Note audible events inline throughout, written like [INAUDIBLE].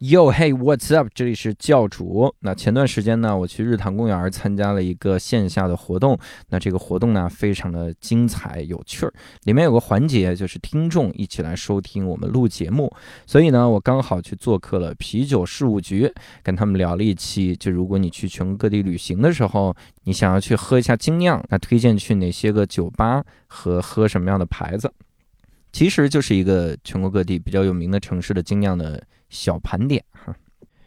Yo hey，what's up？这里是教主。那前段时间呢，我去日坛公园参加了一个线下的活动。那这个活动呢，非常的精彩有趣儿。里面有个环节就是听众一起来收听我们录节目，所以呢，我刚好去做客了啤酒事务局，跟他们聊了一期。就如果你去全国各地旅行的时候，你想要去喝一下精酿，那推荐去哪些个酒吧和喝什么样的牌子？其实就是一个全国各地比较有名的城市的精酿的小盘点哈。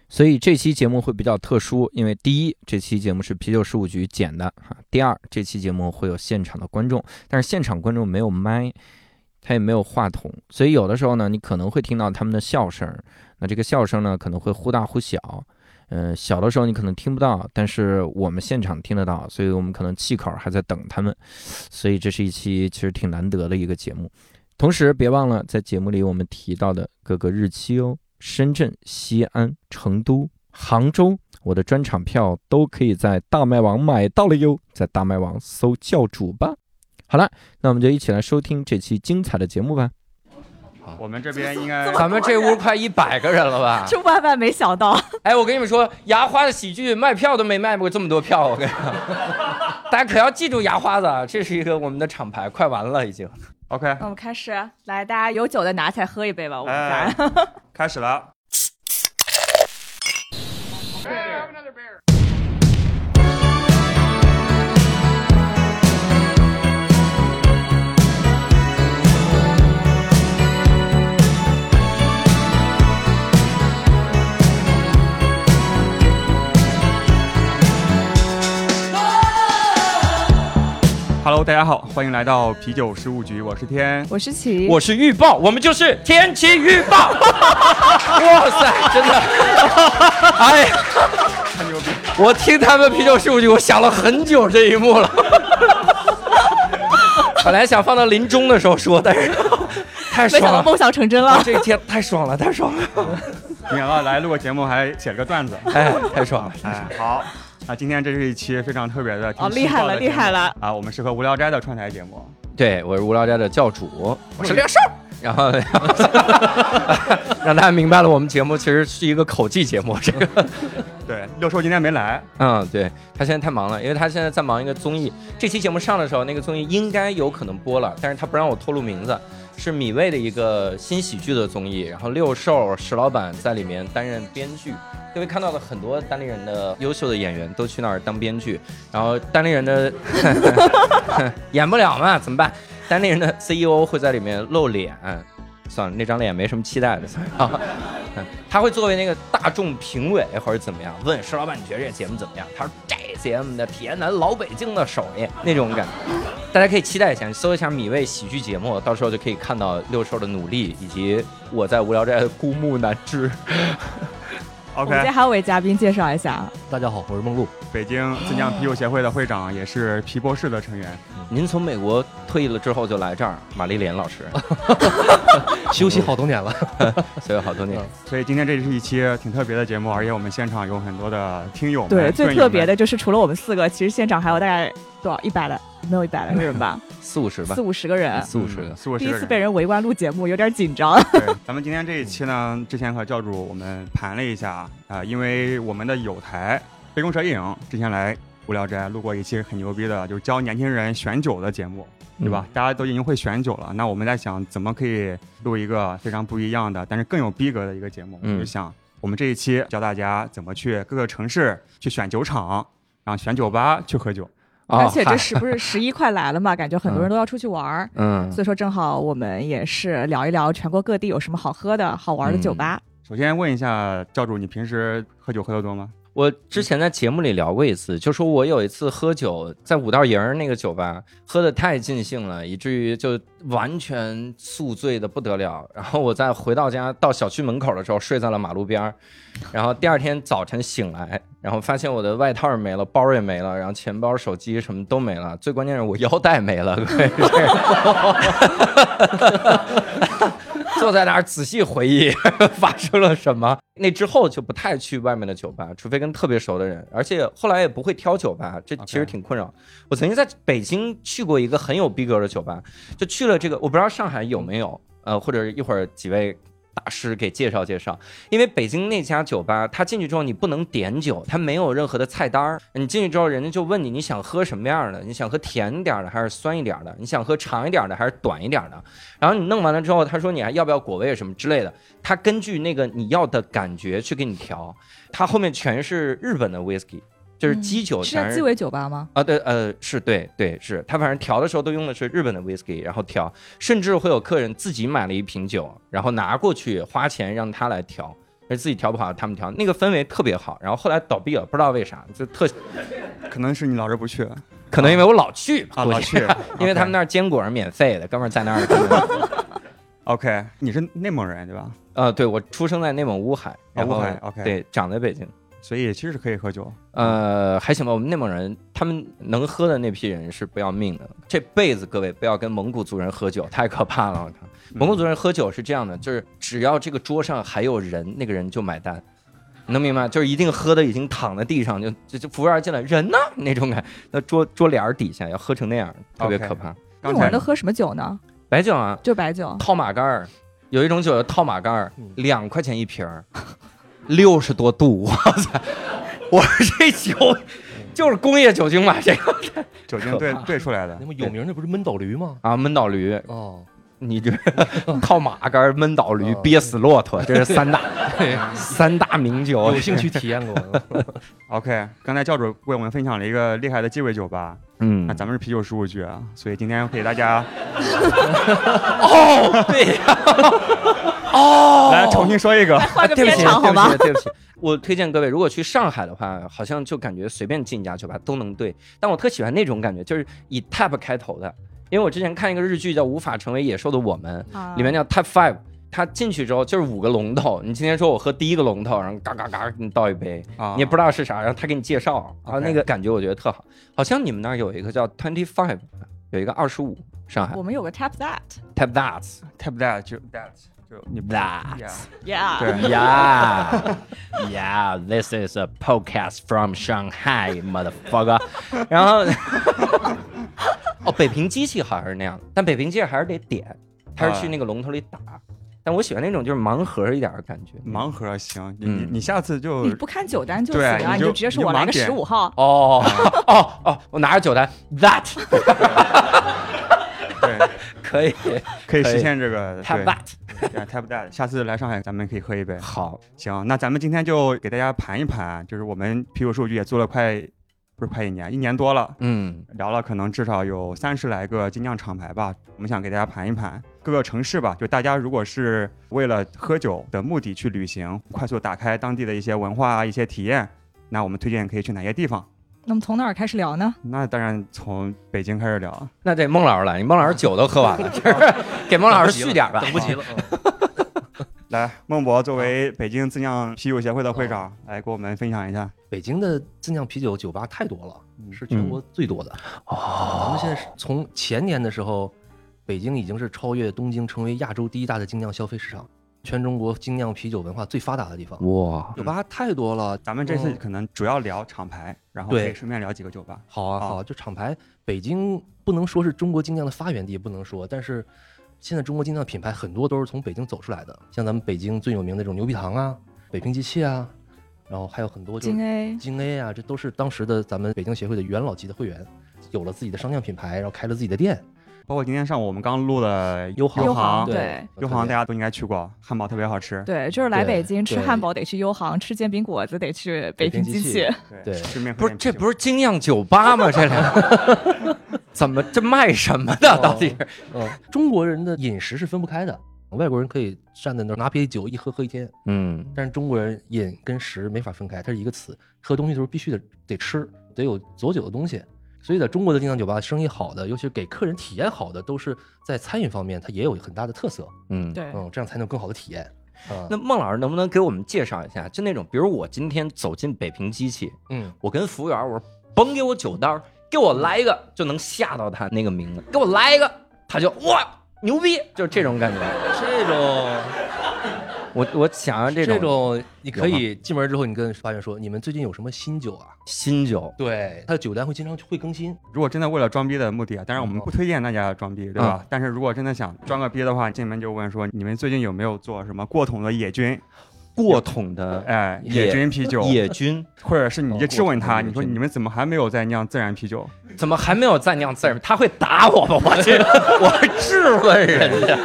所以这期节目会比较特殊，因为第一，这期节目是啤酒事务局剪的哈；第二，这期节目会有现场的观众，但是现场观众没有麦，他也没有话筒，所以有的时候呢，你可能会听到他们的笑声。那这个笑声呢，可能会忽大忽小，嗯、小的时候你可能听不到，但是我们现场听得到，所以我们可能气口还在等他们。所以这是一期其实挺难得的一个节目。同时，别忘了在节目里我们提到的各个日期哦，深圳、西安、成都、杭州，我的专场票都可以在大麦网买到了哟，在大麦网搜“教主”吧。好了，那我们就一起来收听这期精彩的节目吧。我们这边应该 [LAUGHS] 咱们这屋快一百个人了 [LAUGHS] 吧？这万万没想到，哎，我跟你们说，牙花的喜剧卖票都没卖过这么多票，我跟你 [LAUGHS] 讲，大家可要记住牙花子，啊，这是一个我们的厂牌，快完了已经。 OK，那我们开始来，大家有酒的拿起来喝一杯吧，我们哎干。开始了。Hello，大家好，欢迎来到啤酒事务局，我是天。 [LAUGHS] 我是琪， [LAUGHS] 我是预报，我们就是天气预报。 [LAUGHS] 哇塞，真的， [LAUGHS] 哎，我听他们啤酒数据，我想了很久这一幕了。 [LAUGHS] 本来想放到临终的时候说，但是 [LAUGHS] 太没爽想到了，啊梦想成真了。这一天太爽了，太爽了。没想到来录个节目还写了个段 [LAUGHS] 子，哎，太爽了！哎，好。啊，今天这是一期非常特别的，哦，厉害了，厉害了！了！啊，我们是和无聊斋的串台节目，对，我是无聊斋的教主，我是廖少。然后， [LAUGHS] 然后让大家明白了，我们节目其实是一个口技节目。这个，对，六叔今天没来，嗯，对他现在太忙了，因为他现在在忙一个综艺。这期节目上的时候，那个综艺应该有可能播了，但是他不让我透露名字，是米未的一个新喜剧的综艺。然后六兽石老板在里面担任编剧，各位看到的很多单立人的优秀的演员都去那儿当编剧，然后单立人的 [LAUGHS] 演不了嘛，怎么办？单立人的 CEO 会在里面露脸，算了，那张脸没什么期待的，算了。嗯他会作为那个大众评委或者怎么样，问石老板你觉得这节目怎么样？他说这节目的铁男老北京的手艺那种感觉，大家可以期待一下，你搜一下米未喜剧节目，到时候就可以看到六兽的努力以及我在无聊斋的孤木难支。我们今 OK，天还有位嘉宾介绍一下啊，大家好，我是梦露。北京自酿啤酒协会的会长，也是皮博士的成员。 [LAUGHS] 您从美国退役了之后就来这儿，马丽莲老师，休息好 [LAUGHS] 多年了，所以好多年。所以今天这是一期挺特别的节目，而且我们现场有很多的听友们。对，最盾友们特别的就是除了我们四个，其实现场还有大概多少一百来，没有一百来个人吧，四五十吧嗯四，五十个人。四五十个。四五嗯第十一个次人被人围观录节目，有点紧张。 [LAUGHS] 对，咱们今天这一期呢，之前和教主我们盘了一下啊、因为我们的友台杯弓蛇影之前来无聊斋录过一期很牛逼的，就是教年轻人选酒的节目，对嗯吧？大家都已经会选酒了，那我们在想怎么可以录一个非常不一样的，但是更有逼格的一个节目，我嗯就想我们这一期教大家怎么去各个城市去选酒厂，然后选酒吧去喝酒。哦 [LAUGHS] 而且这嗨是不是十一快来了嘛？感觉很多人都要出去玩儿，嗯所以说正好我们也是聊一聊全国各地有什么好喝的、好玩的酒吧。首先问一下教主，你平时喝酒喝得多吗？我之前在节目里聊过一次，就说我有一次喝酒在五道营儿那个酒吧喝的太尽兴了，以至于就完全宿醉的不得了。然后我在回到家到小区门口的时候睡在了马路边儿，然后第二天早晨醒来，然后发现我的外套也没了，包儿也没了，然后钱包、手机什么都没了，最关键是我腰带没了。 [LAUGHS] 各位这个坐在那儿仔细回忆 [LAUGHS] 发生了什么。那之后就不太去外面的酒吧，除非跟特别熟的人，而且后来也不会挑酒吧，这 OK 其实挺困扰。我曾经在北京去过一个很有逼格的酒吧，就去了这个，我不知道上海有没有，呃，或者一会儿几位。大师给介绍介绍。因为北京那家酒吧，他进去之后你不能点酒，他没有任何的菜单儿。你进去之后，人家就问你你想喝什么样的，你想喝甜一点儿的还是酸一点儿的，你想喝长一点儿的还是短一点儿的。然后你弄完了之后，他说你还要不要果味什么之类的，他根据那个你要的感觉去给你调。他后面全是日本的 whisky，就是嗯基酒是全在是鸡尾酒吧吗？啊，对，呃，是对，对，是他反正调的时候都用的是日本的 whisky，然后调，甚至会有客人自己买了一瓶酒，然后拿过去花钱让他来调，而自己调不好他们调，那个氛围特别好。然后后来倒闭了，不知道为啥，就特可能是你老是不去可能因为我老去 [LAUGHS] 吧，啊，估计老去 [LAUGHS] ，因为他们那儿坚果是免费的，哥们儿在那儿 [LAUGHS] 根本。 OK，, 你是内蒙人对吧？呃，对我出生在内蒙乌海，啊然后、乌海，OK 对，长在北京。所以其实是可以喝酒。呃，还行吧。我们内蒙人，他们能喝的那批人是不要命的。这辈子各位不要跟蒙古族人喝酒，太可怕了。我靠，蒙古族人喝酒是这样的，就是只要这个桌上还有人，那个人就买单。你能明白？就是一定喝的已经躺在地上，就就就服务员进来，人呢那种感，那桌桌帘儿底下要喝成那样，特别 OK 可怕。那刚种才人都喝什么酒呢？白酒啊，就白酒。套马杆儿，有一种酒叫套马杆儿嗯，两块钱一瓶儿，六十多度， [LAUGHS] 我操！我说这酒就是工业酒精吧？这个酒精兑兑出来的那，么有名的不是闷倒驴吗？啊，闷倒驴，啊哦，你 [LAUGHS] 这套马杆儿闷倒驴哦，憋死骆驼，这是三 [LAUGHS] 大三大名 [LAUGHS] 酒哦 [LAUGHS] 有。兴趣体验过。 OK，刚才教主为我们分享了一个厉害的鸡尾酒吧，嗯那，咱们是啤酒事务局啊，所以今天给大家哦，对 [LAUGHS] 呀，哦，来重新说一个，换 [LAUGHS] 个对不片起，场好吗？对不起，对不起。我推荐各位，如果去上海的话，好像就感觉随便进一家酒吧都能对，但我特喜欢那种感觉，就是以 tap 开头的。因为我之前看一个日剧叫《无法成为野兽的我们》，啊嗯里面叫 tap five，它进去之后就是五个龙头。你今天说我喝第一个龙头，然后嘎嘎嘎给你倒一杯，啊你也不知道是啥，然后他给你介绍，然后 OK 那个感觉我觉得特好。好像你们那儿有一个叫 twenty five，有一个二十五，上海我们有个 tap that tap that tap that 就 that 就你 that。 Yeah yeah 对 [LAUGHS] Yeah, yeah, this is a podcast from Shanghai, motherfucker. [LAUGHS] 然后，哦，北平机器好像是那样的，但北平机器还是得点，还是去那个龙头里打。但我喜欢那种就是盲盒一点的感觉。盲盒行，你你嗯你下次就你不看酒单就死对了，你你就直接说你就我来盲个点十五号，哦 [LAUGHS] 哦哦，我拿着酒单，that 对，[LAUGHS] 可以可以可以实现这个，have that 对对 tap that。下次来上海咱们可以喝一杯。好，行，那咱们今天就给大家盘一盘，就是我们啤酒数据也做了快不是快一年，一年多了。嗯聊了可能至少有三十来个精酿厂牌吧，我们想给大家盘一盘各个城市吧。就大家如果是为了喝酒的目的去旅行，快速打开当地的一些文化啊、一些体验，那我们推荐可以去哪些地方？那么从哪儿开始聊呢？那当然从北京开始聊啊。那得孟老师来，你孟老师酒都喝完了， [LAUGHS] 就是给孟老师续点吧。 [LAUGHS] 等不及了。嗯来，孟博作为北京自酿啤酒协会的会长，来给我们分享一下。北京的自酿啤酒酒吧太多了，嗯是全国最多的。哦，咱们现在是从前年的时候，北京已经是超越东京，成为亚洲第一大的精酿消费市场，全中国精酿啤酒文化最发达的地方。哇，酒吧太多了，咱们这次嗯可能主要聊厂牌，然后可对以顺便聊几个酒吧。好啊，啊好啊，就厂牌，北京不能说是中国精酿的发源地，不能说，但是现在中国精酿品牌很多都是从北京走出来的，像咱们北京最有名的那种牛皮糖啊、北平机器啊，然后还有很多就是金 A 京 A 啊，这都是当时的咱们北京协会的元老级的会员，有了自己的商酿品牌，然后开了自己的店，包括今天上午我们刚录的优航优优航航对对优航大家都应该去过，汉堡特别好吃。对，就是来对北京吃对汉堡得去优航，吃煎饼果子得去北平京机器器。对顺便喝不是，点啤这酒不是精酿酒吧吗？哦这俩 [LAUGHS] 怎么这卖什么的？到底是嗯，中国人的饮食是分不开的，外国人可以站在那儿拿杯酒一喝喝一天，嗯但是中国人饮跟食没法分开，它是一个词。喝东西的时候必须得得吃，得有佐酒的东西。所以在中国的精酿酒吧，生意好的，尤其是给客人体验好的，都是在餐饮方面，它也有很大的特色。嗯。对，嗯，这样才能更好的体验。啊、那孟老师能不能给我们介绍一下？就那种，比如我今天走进北平机器，嗯，我跟服务员我说甭给我酒单儿，给我来一个就能吓到他那个名字，给我来一个，他就哇牛逼，就这种感觉。这种我我想要这这种种你可以进门之后，你跟发源说，你们最近有什么新酒啊？新酒，对，它的酒单会经常会更新。如果真的为了装逼的目的，啊，当然我们哦不推荐大家装逼，对吧？嗯但是如果真的想装个逼的话，进门就问说你们最近有没有做什么过桶的野菌？过桶的哎，野野菌啤酒，野菌，或者是你哦就质问过他，桶的野你说菌你们怎么还没有在酿自然啤酒？怎么还没有再酿字儿？他会打我吧？我 [LAUGHS] 去，我质问人家。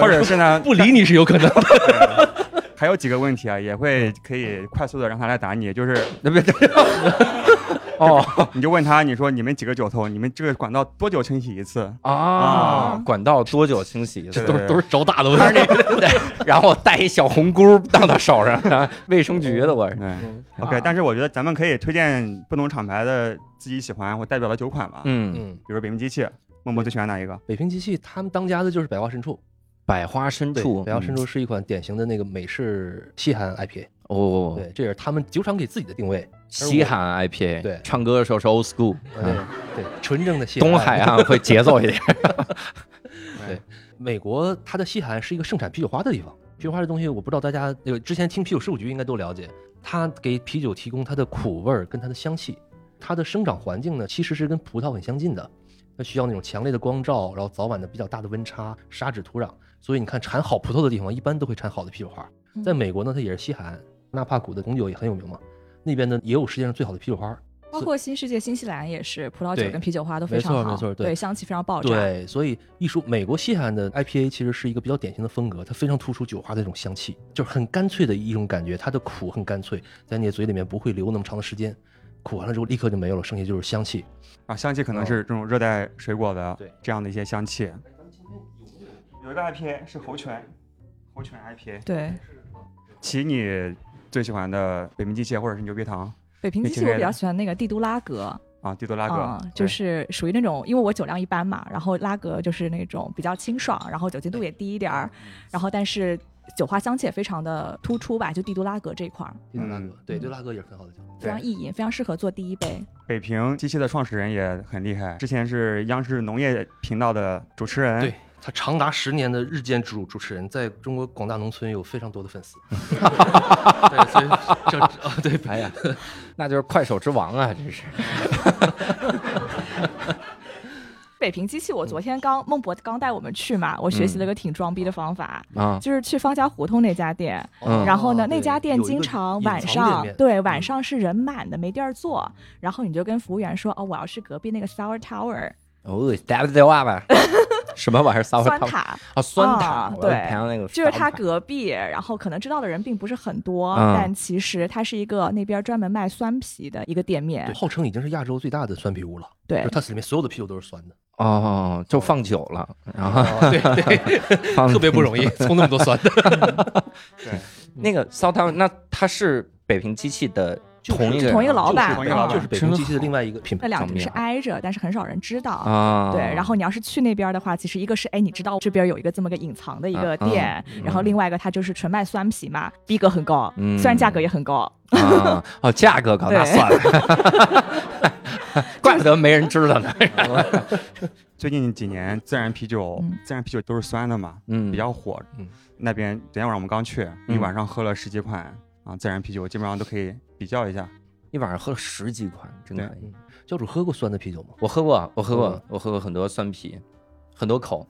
或者是呢， [LAUGHS] 不理你是有 [LAUGHS] 可能的。还有几个问题啊，也会可以快速的让他来答你，就是 [LAUGHS] 那不是 [LAUGHS] 哦你就问他，你说你们几个酒头，你们这个管道多久清洗一次？啊，管道多久清洗一次？对都是都是 [LAUGHS] 招大的问 [LAUGHS] 他题。嗯是那对，然后带一小红箍当到手上，卫生局的我是。对嗯啊，OK，但是我觉得咱们可以推荐不同厂牌的自己喜欢或代表的酒款吧，嗯，嗯，比如北京机器，默默最喜欢哪一个？北平机器他们当家的就是百花深处，百花深对处，百花深嗯处是一款典型的那个美式西韩 IPA，哦，对，这也是他们酒厂给自己的定位。西韩 IPA，对唱歌的时候是 old school，嗯呃对对，纯正的西东海啊岸会节奏一点。美国它的西海岸是一个盛产啤酒花的地方。啤酒花这东西，我不知道大家有之前听啤酒事务局应该都了解，它给啤酒提供它的苦味儿跟它的香气。它的生长环境呢，其实是跟葡萄很相近的，它需要那种强烈的光照，然后早晚的比较大的温差、沙质土壤。所以你看，产好葡萄的地方一般都会产好的啤酒花。嗯在美国呢，它也是西海岸，纳帕谷的红酒也很有名嘛，那边呢也有世界上最好的啤酒花。包括新世界新西兰也是，葡萄酒对跟啤酒花都非常没好，错没错对对，香气非常爆炸。对，所以一说美国西海岸的 IPA 其实是一个比较典型的风格，它非常突出酒花的一种香气，就是很干脆的一种感觉，它的苦很干脆，在你的嘴里面不会留那么长的时间，苦完了之后立刻就没有了，剩下就是香气。啊，香气可能哦是这种热带水果的对这样的一些香气。有一个 IPA 是猴泉，猴泉 IPA。对，其你最喜欢的北冰机械或者是牛皮糖北平你机器这个我比较喜欢那个帝都拉格，啊，帝多拉格，嗯，就是属于那种，因为我酒量一般嘛，然后拉格就是那种比较清爽，然后酒精度也低一点嗯儿，然后但是酒花香气也非常的突出吧，就帝都拉格这一块儿对拉嗯格，对对拉格也是很好的酒。非常对意淫，非常适合做第一杯。北平机器的创始人也很厉害，之前是央视农业频道的主持人。对，他长达十年的日间主主持人，在中国广大农村有非常多的粉 [LAUGHS] 丝。对，所以这啊对，哎呀， [LAUGHS] 那就是快手之王啊，这是。北平机器，嗯我昨天刚孟博刚带我们去嘛，我学习了个挺装逼的方法，啊，就是去方家胡同那家店，嗯然后呢哦，那对家店有一经个常隐晚藏上店面对晚嗯上是人满的，没地儿坐。然后你就跟服务员说：“哦，我要吃隔壁那个 sour tower 哦，W 啊 [LAUGHS] 吧，什么玩意儿？酸酸塔塔，啊，酸塔啊，我对想到那个就是酸它塔隔壁。然后可能知道的人并不是很多，嗯但其实它是一个那边专门卖酸啤的一个店面对。号称已经是亚洲最大的酸啤屋了，就对是，它里面所有的啤酒都是酸的。哦，就放酒了，然后对对，放特别嗯不 [LAUGHS] 容易，从那么多酸的。对，那个骚汤，那它是北平机器的同一个人同一个老板同一个老板就是北真平机器的另外一个品那牌。两怎么个是样挨着，但是很少人知道。啊，对，然后你要是去那边的话，其实一个是哎，你知道这边有一个这么个隐藏的一个啊嗯店，然后另外一个它就是纯卖酸啤嘛，逼格很高，嗯虽然价格也很高，啊，哦，价格高，那对算了， [LAUGHS] [LAUGHS] 怪不得没人知道呢。 [LAUGHS] 最近几年自然啤酒，嗯自然啤酒都是酸的嘛，嗯，比较火。嗯那边昨天晚上我们刚去，一晚上喝了十几款啊自然啤酒，基本上都可以比较一下。一晚上喝了十几款，真可以。教主喝过酸的啤酒吗？我喝过，我喝过嗯，哦我喝过很多酸啤，很多口，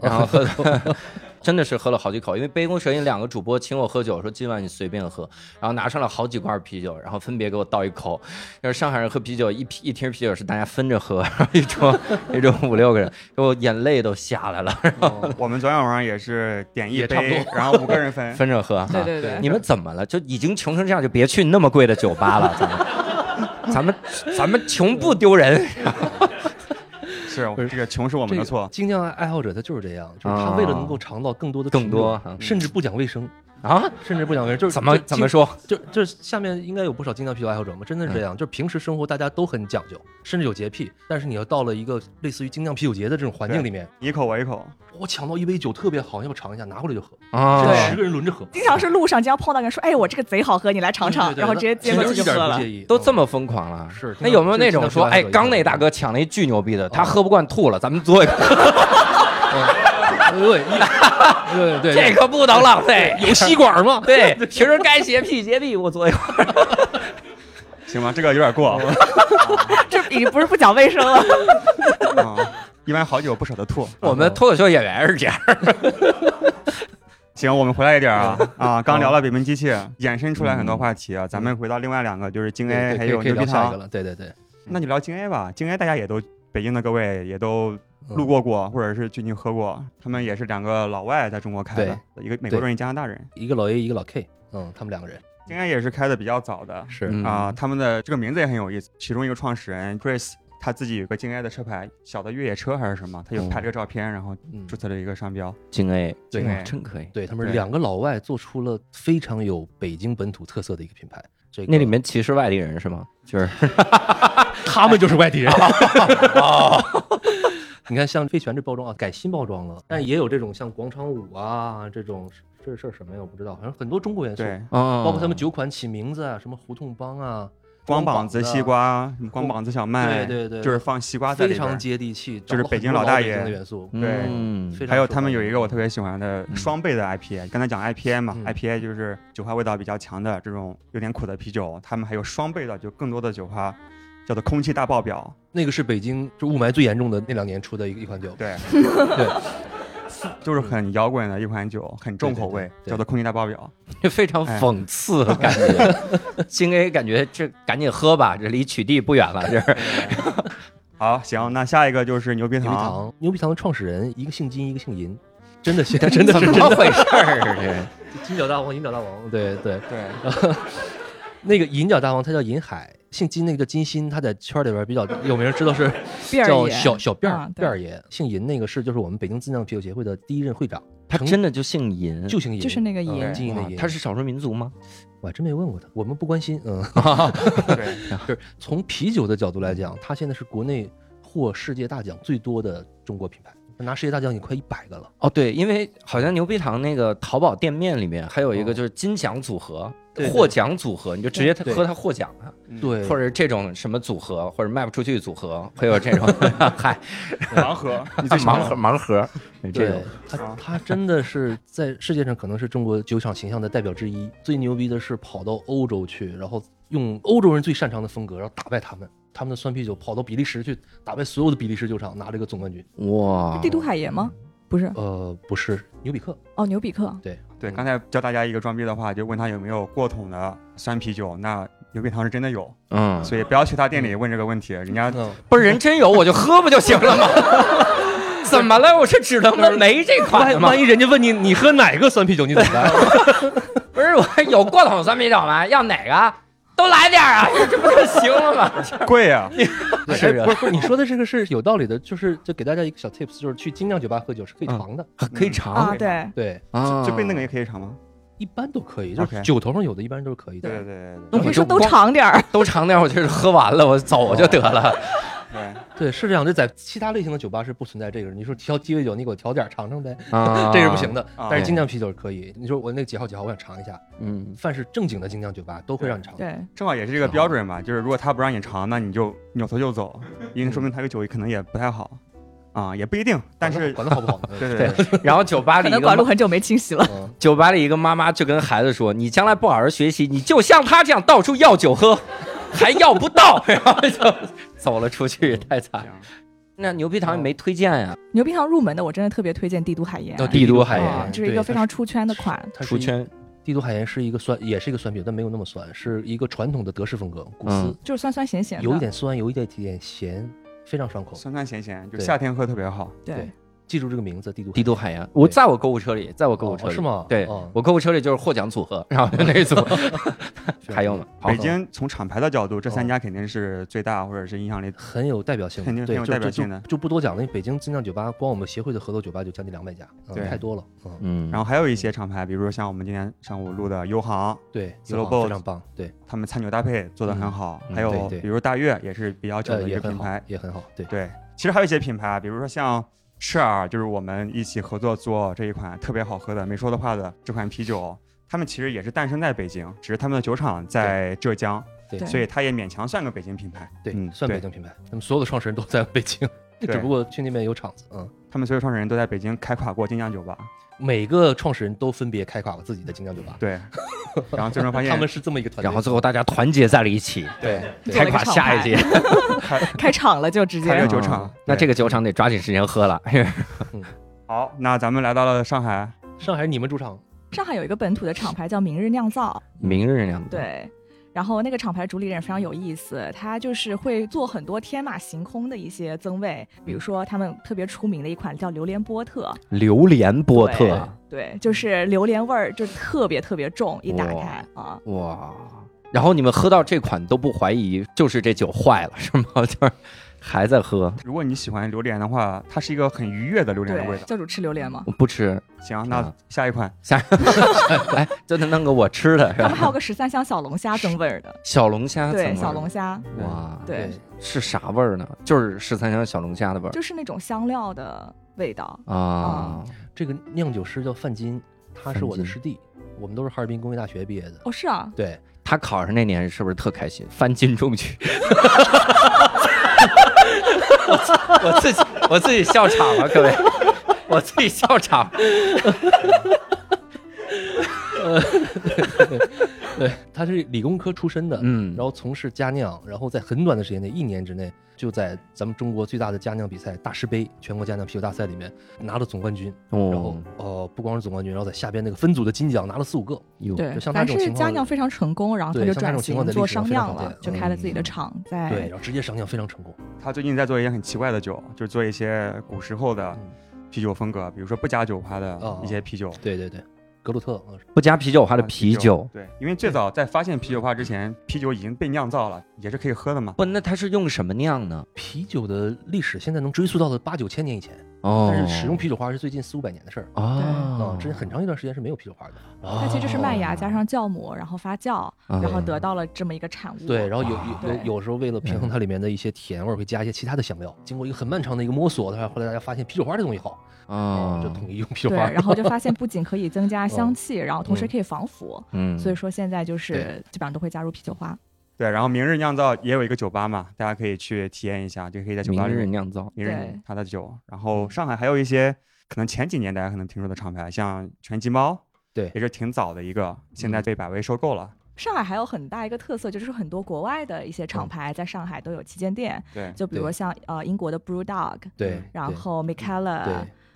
然后喝 [LAUGHS] 了，真的是喝了好几口。因为杯弓蛇影两个主播请我喝酒，说今晚你随便喝，然后拿上了好几罐啤酒，然后分别给我倒一口。要是上海人喝啤酒，一啤一听啤酒是大家分着喝， [LAUGHS] 然后一 [LAUGHS] 桌一桌五六个人，给我眼泪都下来了， [LAUGHS] 我们昨天晚上也是点一哦也差不杯 [LAUGHS] 多，然后五个人 [LAUGHS] 分分着喝。啊对对对你们怎么了？就已经穷成这样，就别去那么贵的酒吧了。 [LAUGHS] 咱们，咱们，咱们穷不丢人。是这个穷是我们这的个错。精酿爱好者他就是这样，就是他为了能够尝到更多的更品种多嗯甚至不讲卫生，啊？甚至不讲卫生，就是怎么就怎么说？就就是下面应该有不少精酿啤酒爱好者嘛，真的是这样。就是平时生活大家都很讲究，甚至有洁癖，但是你要到了一个类似于精酿啤酒节的这种环境里面，你一口我一口，我抢到一杯酒特别好，要不尝一下，拿回来就喝，啊，甚对至十个人轮着喝， [LAUGHS] 经常是路上经常碰到人说，哎，我这个贼好喝，你来尝尝，对对对然后直接接过去一就点喝儿不了。介意，都这嗯么疯狂了，是那有没有那种说，经常哎，经常啊刚那大哥抢了一巨牛逼的，他喝不惯吐了，咱们嘬一口，对对 [LAUGHS] 对这对，可不能浪费。有吸管吗？ [LAUGHS] 对，其实该洁癖洁癖，我坐一会儿。行吧，这个有点过哦这已经不是不讲卫生 [LAUGHS] 了。 [LAUGHS] 啊，一般好酒不舍得吐。 [LAUGHS] 啊我们脱口秀演员是这样，行，我们回来一点啊 [LAUGHS] 啊，刚聊了北门机器，衍生出来很多话题啊，咱们回到另外两个，就是京 A 哦嗯还对对可以有可以牛聊皮下一个糖。了。对对对，那就聊京 A 吧，京 A 大家也都北京的各位也都嗯路过过，或者是进去喝过，他们也是两个老外在中国开的，一个美国对人，一个加拿大人。一个老 A，一个老 K，嗯，他们两个人京 A 也是开的比较早的是嗯啊，他们的这个名字也很有意思，其中一个创始人 Chris。他自己有个京 A 的车牌，小的越野车还是什么，他就嗯拍了个照片，然后嗯注，册了一个商标。 [LAUGHS] 敬 A，对哇真可以。对他们对两个老外做出了非常有北京本土特色的一个品牌。这 [LAUGHS] 个哎那里面歧视外地人是吗？就是他们就是外地人。 [LAUGHS] 你看，像味全这包装啊，改新包装了，但也有这种像广场舞啊这种，这是什么呀？我不知道，反正很多中国元素，对， [LAUGHS] 哦包括他们酒款起名字啊，什么胡同帮啊，光膀子西瓜，什么光膀子小麦，对对对就是放西瓜在里非边儿常接地气，就是找了北很京多老老大北京爷的元素。对嗯非常还有受他们欢有迎一个我特别喜欢的嗯双倍的 IPA，、刚才讲 IPA 嘛、嗯 i p a 就是酒花味道比较强的这种有点苦的啤酒，他们还有双倍的，就更多的酒花，叫做空气大爆表。那个是北京就雾霾最严重的那两年出的一个 [LAUGHS] 一款酒， [LAUGHS] 对对，就是很摇滚的一款酒，很重口味，对对对叫做空气大爆表。这非 [LAUGHS] 常讽刺的感觉。 [LAUGHS] 京 A 感觉这赶紧喝吧，这离取缔不远了。 [LAUGHS] 这是好，行，那下一个就是牛皮牛皮糖。糖，牛皮糖的创始人一个姓金，一个姓银，真的现在真的是怎 [LAUGHS] 真么的回事儿？啊 [LAUGHS] 金角大王，银角大王，对对，对，那个银角大王他叫银海，姓金那个叫金鑫，他在圈里边比较有名，知道是辫儿叫爷小小辫儿啊对辫儿爷，姓银那个是就是我们北京自酿啤酒协会的第一任会长， [LAUGHS] 他成真的就姓尹，就姓银，就是那个嗯银金银的哇银，他是少数民族吗？我还真没问过他，我们不关心， [LAUGHS] 嗯，对，就是从啤酒的角度来讲，他现在是国内获世界大奖最多的中国品牌，拿世界大奖已经快一百个了，哦，对，因为好像牛逼堂那个淘宝店面里面还有一个哦就是金奖组合、对对获奖组合，你就直接对喝它获奖了，嗯对，或者这种什么组合，或者卖不出去组合，会有这种嗨盲盒，你最喜欢盲盒盲盒哎这种对。他啊他真的是在世界上可能是中国酒厂形象的代表之一。最牛逼的是跑到欧洲去，然后用欧洲人最擅长的风格，然后打败他们。他们的酸啤酒跑到比利时去打败所有的比利时酒厂，拿了一个总冠军。哇帝都海盐吗？不是，呃，不是牛比克，哦，牛比克。对，嗯刚才教大家一个装逼的话，就问他有没有过桶的酸啤酒，那牛皮糖是真的有，嗯，所以不要去他店里问这个问题，人家嗯，不是人真有我就喝不就行了吗？ [LAUGHS] 怎么了？我是只能够没这款的万吗万？一人家问你你喝哪个酸啤酒，你怎么办？不是我还有过桶酸啤酒吗？要哪个？都来点儿啊， [LAUGHS] 这不就行了吗？贵啊。对是哎不是不是，你说的这个是有道理的，就是就给大家一个小 tips，就是去精酿酒吧喝酒是可以嗯尝的，可以尝啊，对，对，啊最贵那个也可以尝吗？一般都可以，就是 OK 酒头上有的，一般都是可以的。对对对对那我你可以就说都光尝点儿。啊都尝点儿，我就是喝完了，我走就得了。对。对，是这样的，在其他类型的酒吧是不存在这个。你说调鸡尾酒，你给我调点儿尝尝呗， [LAUGHS] 啊这是不行。的。啊但是精酿啤酒可以。你说我那几号几号，我想尝一下。嗯，凡是正经的精酿酒吧都会让你尝。对，正好也是这个标准吧，就是如果他不让你尝，那你就扭头就走，因为说明他这个酒可能也不太好，啊，也不一定，但是管它好管它好不好？对对对，对，然后酒吧可里一能管路个很久没清洗了。嗯，酒吧里一个妈妈就跟孩子说：“你将来不好好学习，你就像他这样到处要酒喝， [LAUGHS] 还要不到。” [LAUGHS] 然后就走了出去，太惨了。那牛皮糖也没推荐呀、牛冰糖入门的，我真的特别推荐帝都海盐。那帝都海盐啊，这是一对个非常出圈的款。它是一。圈帝都海盐是一个酸，也是一个酸啤酒，但没有那么酸，是一个传统的德式风格，古斯嗯，就是酸酸咸咸的，有一点酸，有一点点咸，非常爽 [LAUGHS] 口。酸酸咸咸，就对夏天喝特别好。对，记住这个名字，帝都海帝盐都海洋。我对在我购物车里，在我购物哦车里、是吗对、哦我购物车里就是获奖组合， [LAUGHS] 然后就那组是还有吗？好北京从厂牌的角度，这哦嗯三家肯定是最大或者是影响力。很有代表性的，肯定很对有就代表性的就就就不多讲了。因为北京精酿酒吧，光我们协会的合作酒吧就将近两百家，嗯对太多了。嗯，嗯，然后还有一些厂牌，比如说像我们今天上午录的优航，对， Slow 友好 Boat 非常棒，对，他们餐酒搭配做得很好。嗯嗯还有对对比如大悦也是比较久呃的一也个很品好牌，，也很好，嗯对，对，其实还有一些品牌，啊比如说像赤耳，就是我们一起合作做这一款特别好喝的没说的话的这款啤酒，他们其实也是诞生在北京，只是他们的酒厂在浙江，对对所以它也勉强算个北京品牌。对，嗯算对北京品牌。那么所有的创始人都在北京， [LAUGHS] 那只不过去那边有厂子，嗯，他们所有创始人都在北京开垮过精酿酒吧，每个创始人都分别开垮过自己的精酿酒吧，对，然后最终发现他们是这么一个团 [LAUGHS] 队，然后最后大家团结在了一起，对，做开了一个垮厂下一牌届。开开场了就直 [LAUGHS] 开接了。酒厂嗯那对这个酒厂得抓紧时间喝了。 [LAUGHS] 好，那咱们来到了上海，上海你们主场，上海有一个本土的厂牌叫明日酿造，明日酿造，对。然后那个厂牌主理人非常有意思，他就是会做很多天马行空的一些增味，比如说他们特别出名的一款叫榴莲波特，榴莲波特，对，就是榴莲味儿就特别特别重，一打开啊，哇！然后你们喝到这款都不怀疑，就是这酒坏了是吗？就是还在喝，如果你喜欢榴莲的话，它是一个很愉悦的榴莲的味对，道。教主吃榴莲吗？我不 [LAUGHS] 吃，行，那啊下一款下来哎就能弄个我吃的是他们 [LAUGHS] 吧？还有个十三香小龙虾增味儿的，哎小龙虾怎么对，了小龙虾哇，对是啥味儿呢？就是十三香小龙虾的味儿就是那种香料的味道，啊，这个酿酒师叫范金，他是我范的金师弟，我们都是哈尔滨工业大学毕业的。哦，是啊，对，他考上那年是不是特开心？翻金中举， [LAUGHS] 我自我自己我自己笑场了，各 [LAUGHS] 位，我自己笑场。他是理工科出身的，嗯然后从事佳酿，然后在很短的时间内，一年之内，就在咱们中国最大的佳酿比赛大师杯全国佳酿啤酒大赛里面拿了总冠军，然后哦，呃不光是总冠军，然后在下边那个分组的金奖拿了四五个，哟对就，像他凡这种是情况佳酿非常成功，然后他对就像他这转种情况型在历史做商上非常酿少了，就见开了自己的嗯厂，对，在然后直接上酿非常成功，他最近在做一些很奇怪的酒，就是做一些古时候的嗯啤酒风格，比如说不加酒花的哦一些啤酒，啊对对对，格鲁特，呃不加啤酒花的啤酒，对，因为最早在发现啤酒花之前，啤酒已经被酿造了，也是可以喝的嘛。不，那它是用什么酿呢？啤酒的历史现在能追溯到的八九千年以前，哦，但是使用啤酒花是最近四五百年的事儿。啊啊，，之前很长一段时间是没有啤酒花的，它其实是麦芽哦加上酵母，然后发酵，嗯然后得到了这么一个产物。啊对，然后有哇有有有时候为了平衡它里面的一些甜味儿，会加一些其他的香料。经过一个很漫长的一个摸索，它后来大家发现啤酒花这东西好，啊，就统一用啤酒对，花儿。然后就发 [LAUGHS] 现不仅可以增加香嗯气，然后同时可以防腐，嗯，所以说现在就是对基本上都会加入啤酒花。对，然后明日酿造也有一个酒吧嘛，大家可以去体验一下，就可以在酒吧明里日面酿造，明日对它的酒。然后上海还有一些可能前几年大家可能听说的厂牌，像全鸡猫，对也是挺早的一个，现在被百威收购了。上海还有很大一个特色，就是很多国外的一些厂牌在上海都有旗舰店，对，就比如嗯对像呃英国的 Brew Dog，对，然对嗯后 m i c a e l 对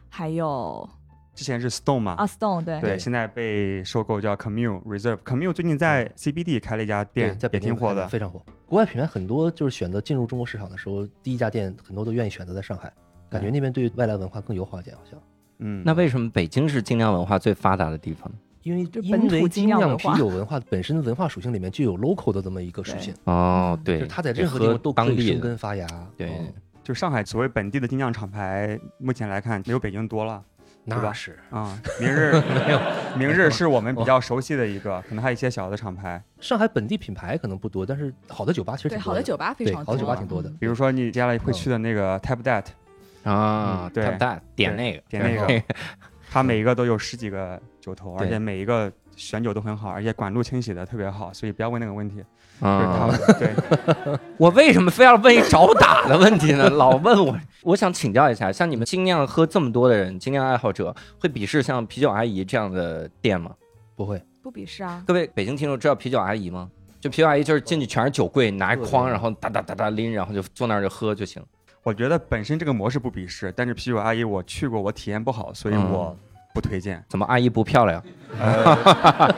还有之前是 Stone 嘛，啊 Stone，对对，对现在被收购叫 Commune Reserve。Commune 最近在 CBD 开了一家对店，在北也京挺火的。非常火。国外品牌很多就是选择进入中国市场的时候，第一家店很多都愿意选择在上海，感觉那边对外来文化更友好一点，好像。嗯，那为什么北京是精酿文化最发达的地方呢？因为就因本土为精精酿酿文啤化酒文化本身的文化属性里面就有 local 的这么一个属对性，哦，嗯对，就是它在得任何地喝方都当可以地生的根发芽。对嗯就上海所谓本地的精酿厂牌，目前来看没有北京多了对吧那是啊、明日没有，明日是我们比较熟悉的一个，可能还有一些小的厂牌，上海本地品牌可能不多，但是好的酒吧其实对，挺好多的酒吧非对常好的酒吧挺多的嗯比如说你接下来会去的那个 Tap Dat，啊，嗯对他们大点那个，点那个 [LAUGHS] 对它每一个都有十几个酒头，而对且每一个选酒都很好，而且管路清洗的特别好，所以不要问那个问题。就是他啊们，对，我为什么非要问一找打的问 [LAUGHS] 题呢？老问我，我想请教一下，像你们精酿喝这么多的人，精酿爱好者会鄙视像啤酒阿姨这样的店吗？不会。不鄙视啊，各位北京听众知道啤酒阿姨吗？就啤酒阿姨就是进去全是酒柜，拿一筐，然后哒哒哒哒拎，然后就坐那儿就喝就行。我觉得本身这个模式不鄙视，但是啤酒阿姨我去过，我体验不好，所以嗯我不推荐。怎么阿姨不漂亮？呃，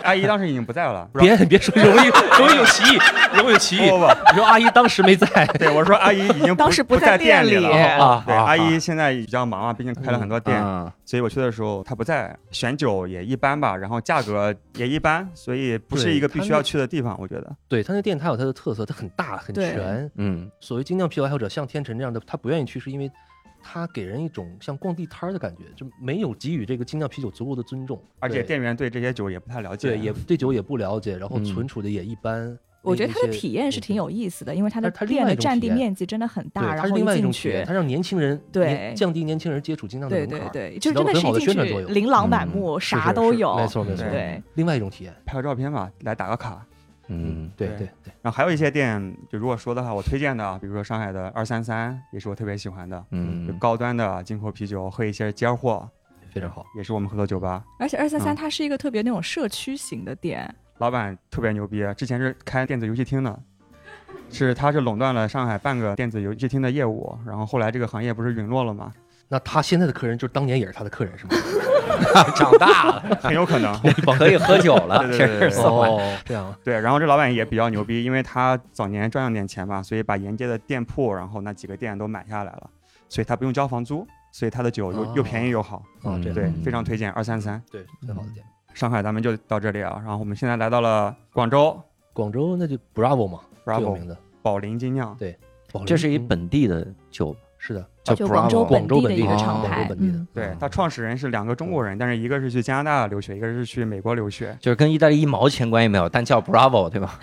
阿姨当时已经不在了，不知道别 [LAUGHS] 别说，容 [LAUGHS] 易容易有歧义，容易有歧义。不不你说阿姨当时没在，不，对我说阿姨已经当时不在在店里里 [LAUGHS] 了。啊 [LAUGHS] 嗯对，阿姨现在比较忙啊，毕竟开了很多店，啊，所以我去的时候她不在，选酒也一般吧，然后价格也一般，所以不是一个必须要去的地方，我觉得。对他那店，它有它的特色，它很大很对全。嗯，所谓精酿啤酒爱好者，像天辰这样的，他不愿意去，是因为他给人一种像逛地摊儿的感觉，就没有给予这个精酿啤酒足够的尊重，而且对店员对这些酒也不太了解，对也对酒也不了解，然后嗯存储的也一般。我觉得那它些的体验是挺有意思的，因为它的它它另店外的一种占体地验面积真的很对，大，它然是后另一外一进种体验，去它，让年轻人对年降低年轻人接触精酿的对门槛对儿，对，就起到真了的很是好一的进宣传作去用琳琅嗯满目，是啥是都是有没，错没错，哦对嗯对另外一种体验。拍个照片吧，来打个卡。嗯，对对对对，然后还有一些店，就如果说的话，我推荐的啊，比如说上海的二三三，也是我特别喜欢的，嗯就高端的进口啤酒，喝一些尖儿货，非常好。也是我们合作酒吧。而且二三三嗯它是一个特别那种社区型的店，老板特别牛逼，啊之前是开电子游戏厅的，是他是垄断了上海半个电子游戏厅的业务，然后后来这个行业不是陨落了吗？那他现在的客人就是当年也是他的客人是吗？长大了很有可能。嗯 [LAUGHS] 可以喝酒了，对对对对这是送完。，哦 [LAUGHS] 这样啊， [LAUGHS] 对，然后这老板也比较牛逼，因为他早年赚了点钱嘛，所以把沿街的店铺，然后那几个店都买下来了，所以他不用交房租，所以他的酒又、哦又便宜又好。啊这样对，嗯非常推荐二三三。对，很嗯好的店。上海咱们就到这里啊，然后我们现在来到了广州广州那就 Bravo 嘛，最有 Bravo 名的，宝林精酿，保这龄是一嗯本地的酒，是的，叫哦就广州 Bravo。广州地的本一地个的厂哦牌广州。本地的嗯，对嗯他创始人是两个中国人，但是一个是去加拿大留学，一个是去美国留学就是跟意大利一毛钱关系没有，但叫 Bravo 对吧？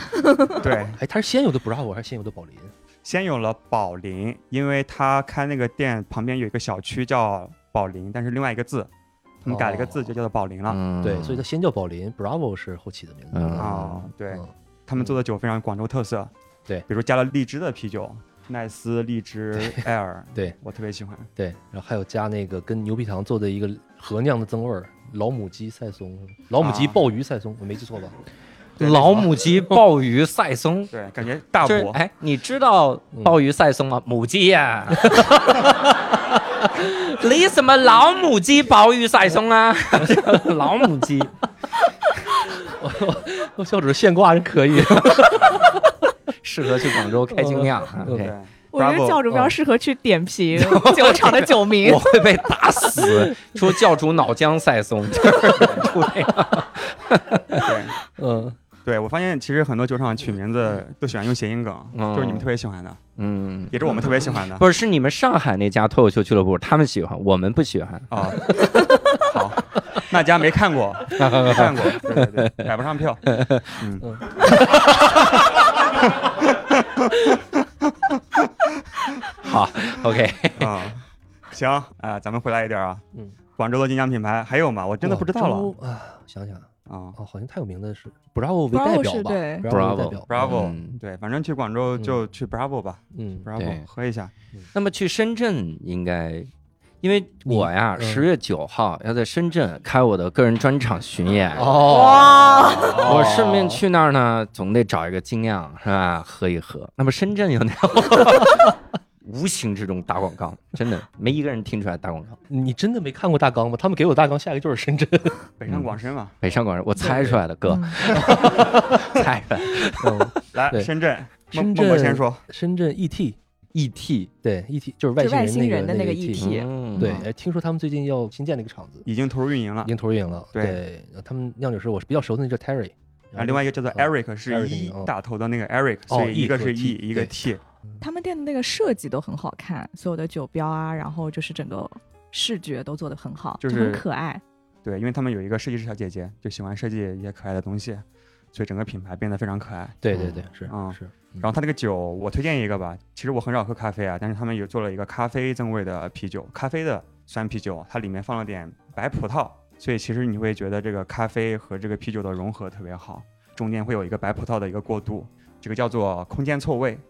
对，哎，他是先有的 Bravo 还是先有的宝林？先有了宝林，因为他开那个店旁边有一个小区叫宝林，但是另外一个字，他们改了一个字哦就叫做宝林了。嗯对，所以他先叫宝林，Bravo 是后起的名字。嗯啊、对嗯他们做的酒非常广州特色，对比如加了荔枝的啤酒，奈斯荔枝艾 [LAUGHS] 尔，对我特别喜欢。对，然后还有加那个跟牛皮糖做的一个和酿的增味儿，老母鸡赛松，老母鸡啊鲍鱼赛松，我没记错吧？老母鸡、鲍鱼、赛松。对，感觉大就是补。哎，你知道鲍鱼赛松吗？母鸡呀、 [LAUGHS] 离什么老母鸡、鲍鱼赛松 [LAUGHS] 啊？老母鸡，我小指现挂人可以，适合去广州开精酿啊。嗯对 OK，，我觉得 Bravo，教主比较哦适合去点评 [LAUGHS] 酒厂的酒名我。会被打死，说教主脑浆赛 [LAUGHS] 松，出那个对，嗯，对我发现其实很多酒厂取名字都喜欢用谐音梗，嗯就是你们特别喜欢的，嗯。也是我们特别喜欢的。 [LAUGHS] 不是，是你们上海那家脱口秀俱乐部，他们喜欢，我们不喜 [LAUGHS] 欢。啊，好，那家没看过，没看过，对对 [LAUGHS] 对，买不上票。嗯，好，OK，啊，行啊、咱们回来一点啊。嗯，广州的精酿品牌还有吗？我真的不知道了广州 [LAUGHS] 啊，想想啊。哦，好像太有名的是 Bravo 为代 Bravo 表是吧对，Bravo 为 Bravo 代表 Bravo，、嗯对，反正去广州就去 Bravo 吧、嗯 b r a v 对 o 喝一下。那么去深圳应该，因为我呀，嗯十月九号要在深圳开我的个人专场巡演。哦，我顺便去那儿呢，总得找一个精酿是吧，喝一喝。那么深圳有那无形之中打广告，真的没一个人听出来打广告。你真的没看过大纲吗？他们给我大纲，下一个就是深圳。北嗯上广深嘛，北上广人，我猜出来的，哥，嗯猜出来。来对深圳，孟深孟博先圳，说， [LAUGHS] 深圳 ET， E.T. E 对 ET 就就是外外星星人人的那那个 E 个 ET。 ET 嗯对，哎听说他们最近要新建那个厂子，已经投入运营了啊已。经投入运营了。对对，呃他们酿酒师我是比较熟的那叫 Terry，啊然后啊另外一个叫做哦 Eric，是 Eric，一哦打头的那个 Eric，哦所以一个 E 和是 E， T，一个对 T。他们店的那个设计都很好看，所有的酒标啊，然后就是整个视觉都做得很好，就就是很可爱。对，因为他们有一个设计师小姐姐，就喜欢设计一些可爱的东西，所以整个品牌变得非常可爱。对对嗯对，是啊是。嗯然后他那个酒，我推荐一个吧。其实我很少喝咖啡啊，但是他们有做了一个咖啡增味的啤酒，咖啡的酸啤酒，它里面放了点白葡萄，所以其实你会觉得这个咖啡和这个啤酒的融合特别好，中间会有一个白葡萄的一个过渡，这个叫做空间错位。 [LAUGHS]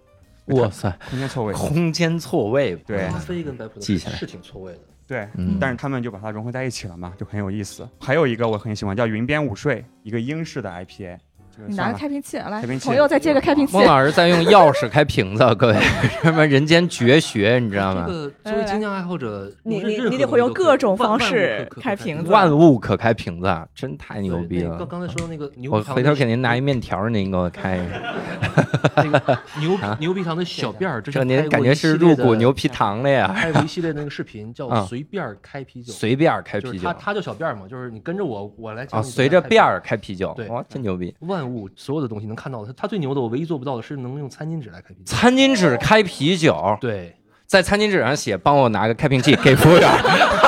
哇塞， [LAUGHS] 空间错位，空间错位，嗯对啡跟白葡萄记下来是挺错位的。对，嗯但是他们就把它融合在一起了嘛，就很有意思。还有一个我很喜欢叫云边午睡，一个英式的 IPA。这个你算拿了个开瓶器来嗯开瓶，器朋友再借个开瓶器孟。老师在用钥匙开瓶子， [LAUGHS] 各位，什么人间绝学，你知道这吗？个作为精酿爱好者，哎你任你何你得东会西用都各可以种万方万物式可可开可瓶子万物可开瓶子，啊真太牛对逼那了刚！刚才说的那个牛我皮糖回的头给您拿一面条儿，您给我开一个。那个 [LAUGHS] 牛皮牛皮糖的小辫儿，之这前您拍感过觉一是系列入股的牛皮糖了呀？ [LAUGHS] 拍过一系列的那个视频啊叫“随便儿开啤酒”，随便儿开就是啤酒他他叫小辫儿嘛，就是你跟着我，我来教啊，你怎么随着开啤辫儿开啤酒，对哇，真牛逼！酒。万物所有的东西能看到的，他最牛的，我唯一做不到的是能用餐巾纸来开啤酒。餐巾纸开啤酒， [LAUGHS] 对，在餐巾纸上写“帮我拿个开瓶器给服务员 [LAUGHS] 儿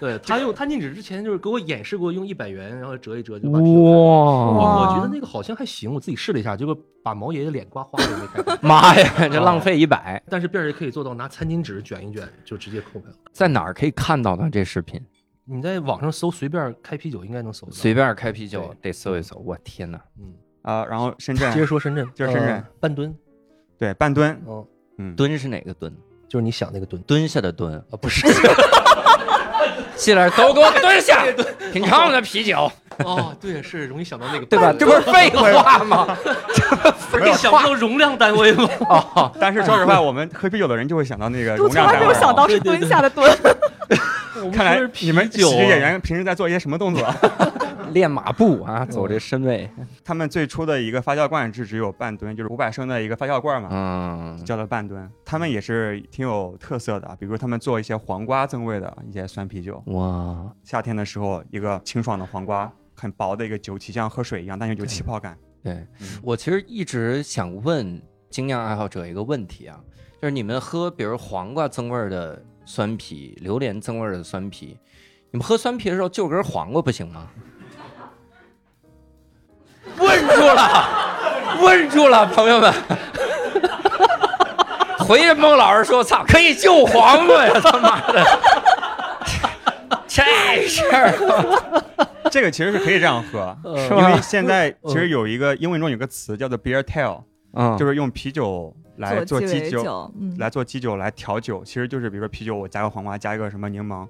对，对他用餐巾纸之前就是给我演示过用一百元，然后折一折”。就把啤酒开了。哇，哇我觉得那个好像还行，我自己试了一下，结果把毛爷爷脸刮花了，[LAUGHS] 没开。妈呀，这浪费一百！但是辫儿也可以做到拿餐巾纸卷一卷就直接扣开了。在哪儿可以看到呢？这视频你在网上搜随便开啤酒应该能搜到。随便开啤酒对得搜一搜，我天哪！嗯，啊，然后深接着圳说深圳，接着深圳呃半吨，对半吨，嗯，嗯，蹲是哪个蹲？就是你想那个吨蹲下的蹲，啊，[LAUGHS] 不是谢老师都给我蹲 [LAUGHS] 下，品尝我们的啤酒，哦，对，是容易想到那个对吧？半这吨不是废话吗？不是你想不到容量单位吗？但是说实话，我们喝啤酒的人就会想到 [LAUGHS] 那个我容从量来单没位有想到是蹲下的蹲，我们看说来是啤你们喜酒剧啊演员平时在做一些什么动作？ [LAUGHS] 练马步啊，走这身位，他们最初的一个发酵罐是只有半吨，就是五百升的一个发酵罐嘛，嗯，叫做半吨。他们也是挺有特色的，啊比如他们做一些黄瓜增味的一些酸啤酒，哇，夏天的时候一个清爽的黄瓜，很薄的一个酒体，像喝水一样，但是有气泡感。对嗯我其实一直想问精酿爱好者一个问题啊，就是你们喝，比如黄瓜增味儿的酸啤，榴莲增味儿的酸啤，你们喝酸啤的时候就根黄瓜不行吗？ [LAUGHS] 问住了，问住了，朋友们。 [LAUGHS] 回去孟老师说：“操，可以救黄瓜呀！他妈的，这事儿这个其实是可以这样喝，呃是因吧为现在其实有一个英文中有个词叫做 beer tail，嗯就是用啤酒来做鸡基尾酒，酒，嗯，来做基酒来调酒，其实就是比如说啤酒我加个黄瓜，加一个什么柠檬，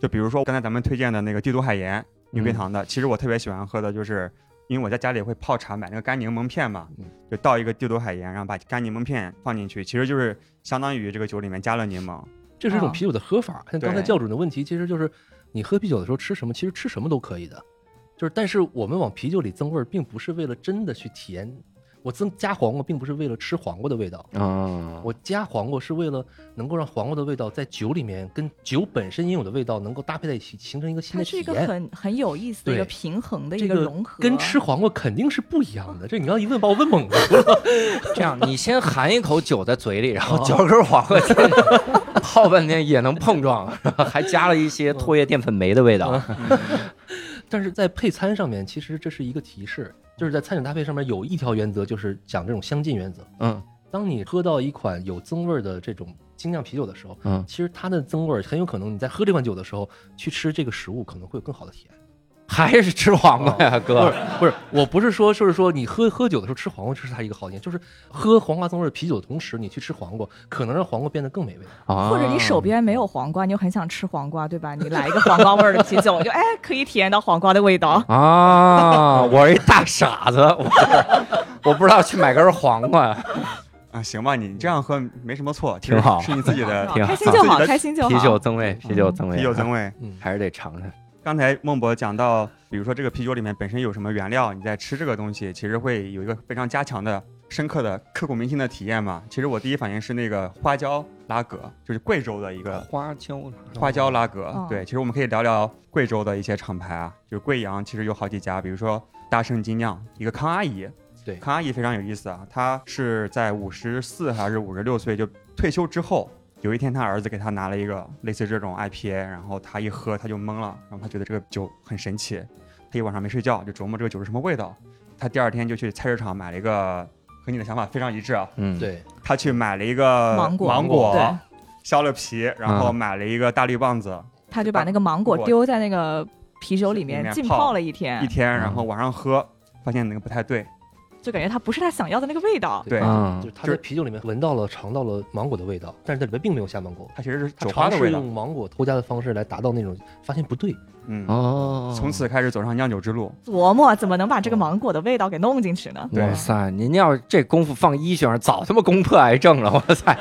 就比如说刚才咱们推荐的那个帝都海盐牛嗯冰糖的，其实我特别喜欢喝的就是。因为我在家里会泡茶，买那个干柠檬片嘛嗯，就倒一个帝都海盐，然后把干柠檬片放进去，其实就是相当于这个酒里面加了柠檬。这是一种啊啤酒的喝法。像刚对才教主的问题，其实就是你喝啤酒的时候吃什么，其实吃什么都可以的。就是，但是我们往啤酒里增味儿，并不是为了真的去体验。我增加黄瓜，并不是为了吃黄瓜的味道，嗯，我加黄瓜是为了能够让黄瓜的味道在酒里面跟酒本身应有的味道能够搭配在一起，形成一个新它的是体一个验。很很有意思的一对个平衡的一这个个融合，哦跟吃黄瓜肯定是不一样的。这你刚一问，把我问懵了。 [LAUGHS] 这样，你先含一口酒在嘴里，然哦后嚼根黄瓜进去，泡半天也能碰撞，还加了 [LAUGHS] 一些唾液淀粉酶的嗯味道。但是在配餐上面，其实这是一个提示，嗯就是在餐饮搭配上面有一条原则，就是讲这种相近原则。嗯当你喝到一款有增味儿的这种精酿啤酒的时候，嗯，其实它的增味儿很有可能你在喝这款酒的时候去吃这个食物，可能会有更好的体验。 [LAUGHS] 还是吃黄瓜呀，不哥哦是。不是，我不是说就是说你喝喝酒的时候吃黄瓜，这是它一个好点，就是喝黄瓜增味儿啤酒的同时，你去吃黄瓜，可能让黄瓜变得更美味。或或者你手边没有黄瓜，你又很想吃黄瓜，对吧？你来一个黄瓜味儿的啤酒，就哎可以体验到黄瓜的味道。啊，我是一大傻子，我我不知道去买根黄 [LAUGHS] 瓜，啊，行吧，你这样喝没什么错，挺好是你自己的挺好开心就好，自己的开心就好。啤酒增味，啤酒增味，啊啤酒增味。嗯，还是得尝尝。刚才孟博讲到，比如说这个啤酒里面本身有什么原料，你在吃这个东西，其实会有一个非常加强的、深刻的、刻骨铭心的体验嘛。其实我第一反应是那个花椒拉格，就是贵州的一个花椒，花椒拉格。哦对，其实我们可以聊聊贵州的一些厂牌啊，就是贵阳其实有好几家，比如说大圣精酿，一个康阿姨。对康阿姨非常有意思啊，她是在五十四还是五十六岁就退休之后。有一天，她儿子给她拿了一个类似这种 IPA，然后她一喝，她就懵了，然后她觉得这个酒很神奇，她一晚上没睡觉，就琢磨这个酒是什么味道。她第二天就去菜市场买了一个，和你的想法非常一致啊，嗯，对，她去买了一个芒果呃芒果对，削了皮，然后嗯买了一个大绿棒子，他就把那个芒果丢在那个啤酒里面里面浸泡泡了一一天，天，然嗯后晚上喝，发现那个不太对，就感觉它不是他想要的那个味道。对，嗯就是它就是在啤酒里面闻到了、尝到了芒果的味道，但是它里面并没有下芒果。它其实是它酒花尝的试味道用，芒果偷加的方式来达到那种发现不对，嗯，哦，从此开始走上酿酒之路，琢磨怎么能把这个芒果的味道给弄进去呢？对哇塞，您要是这功夫放医学上，早他妈攻破癌症了！ [LAUGHS] 哇塞，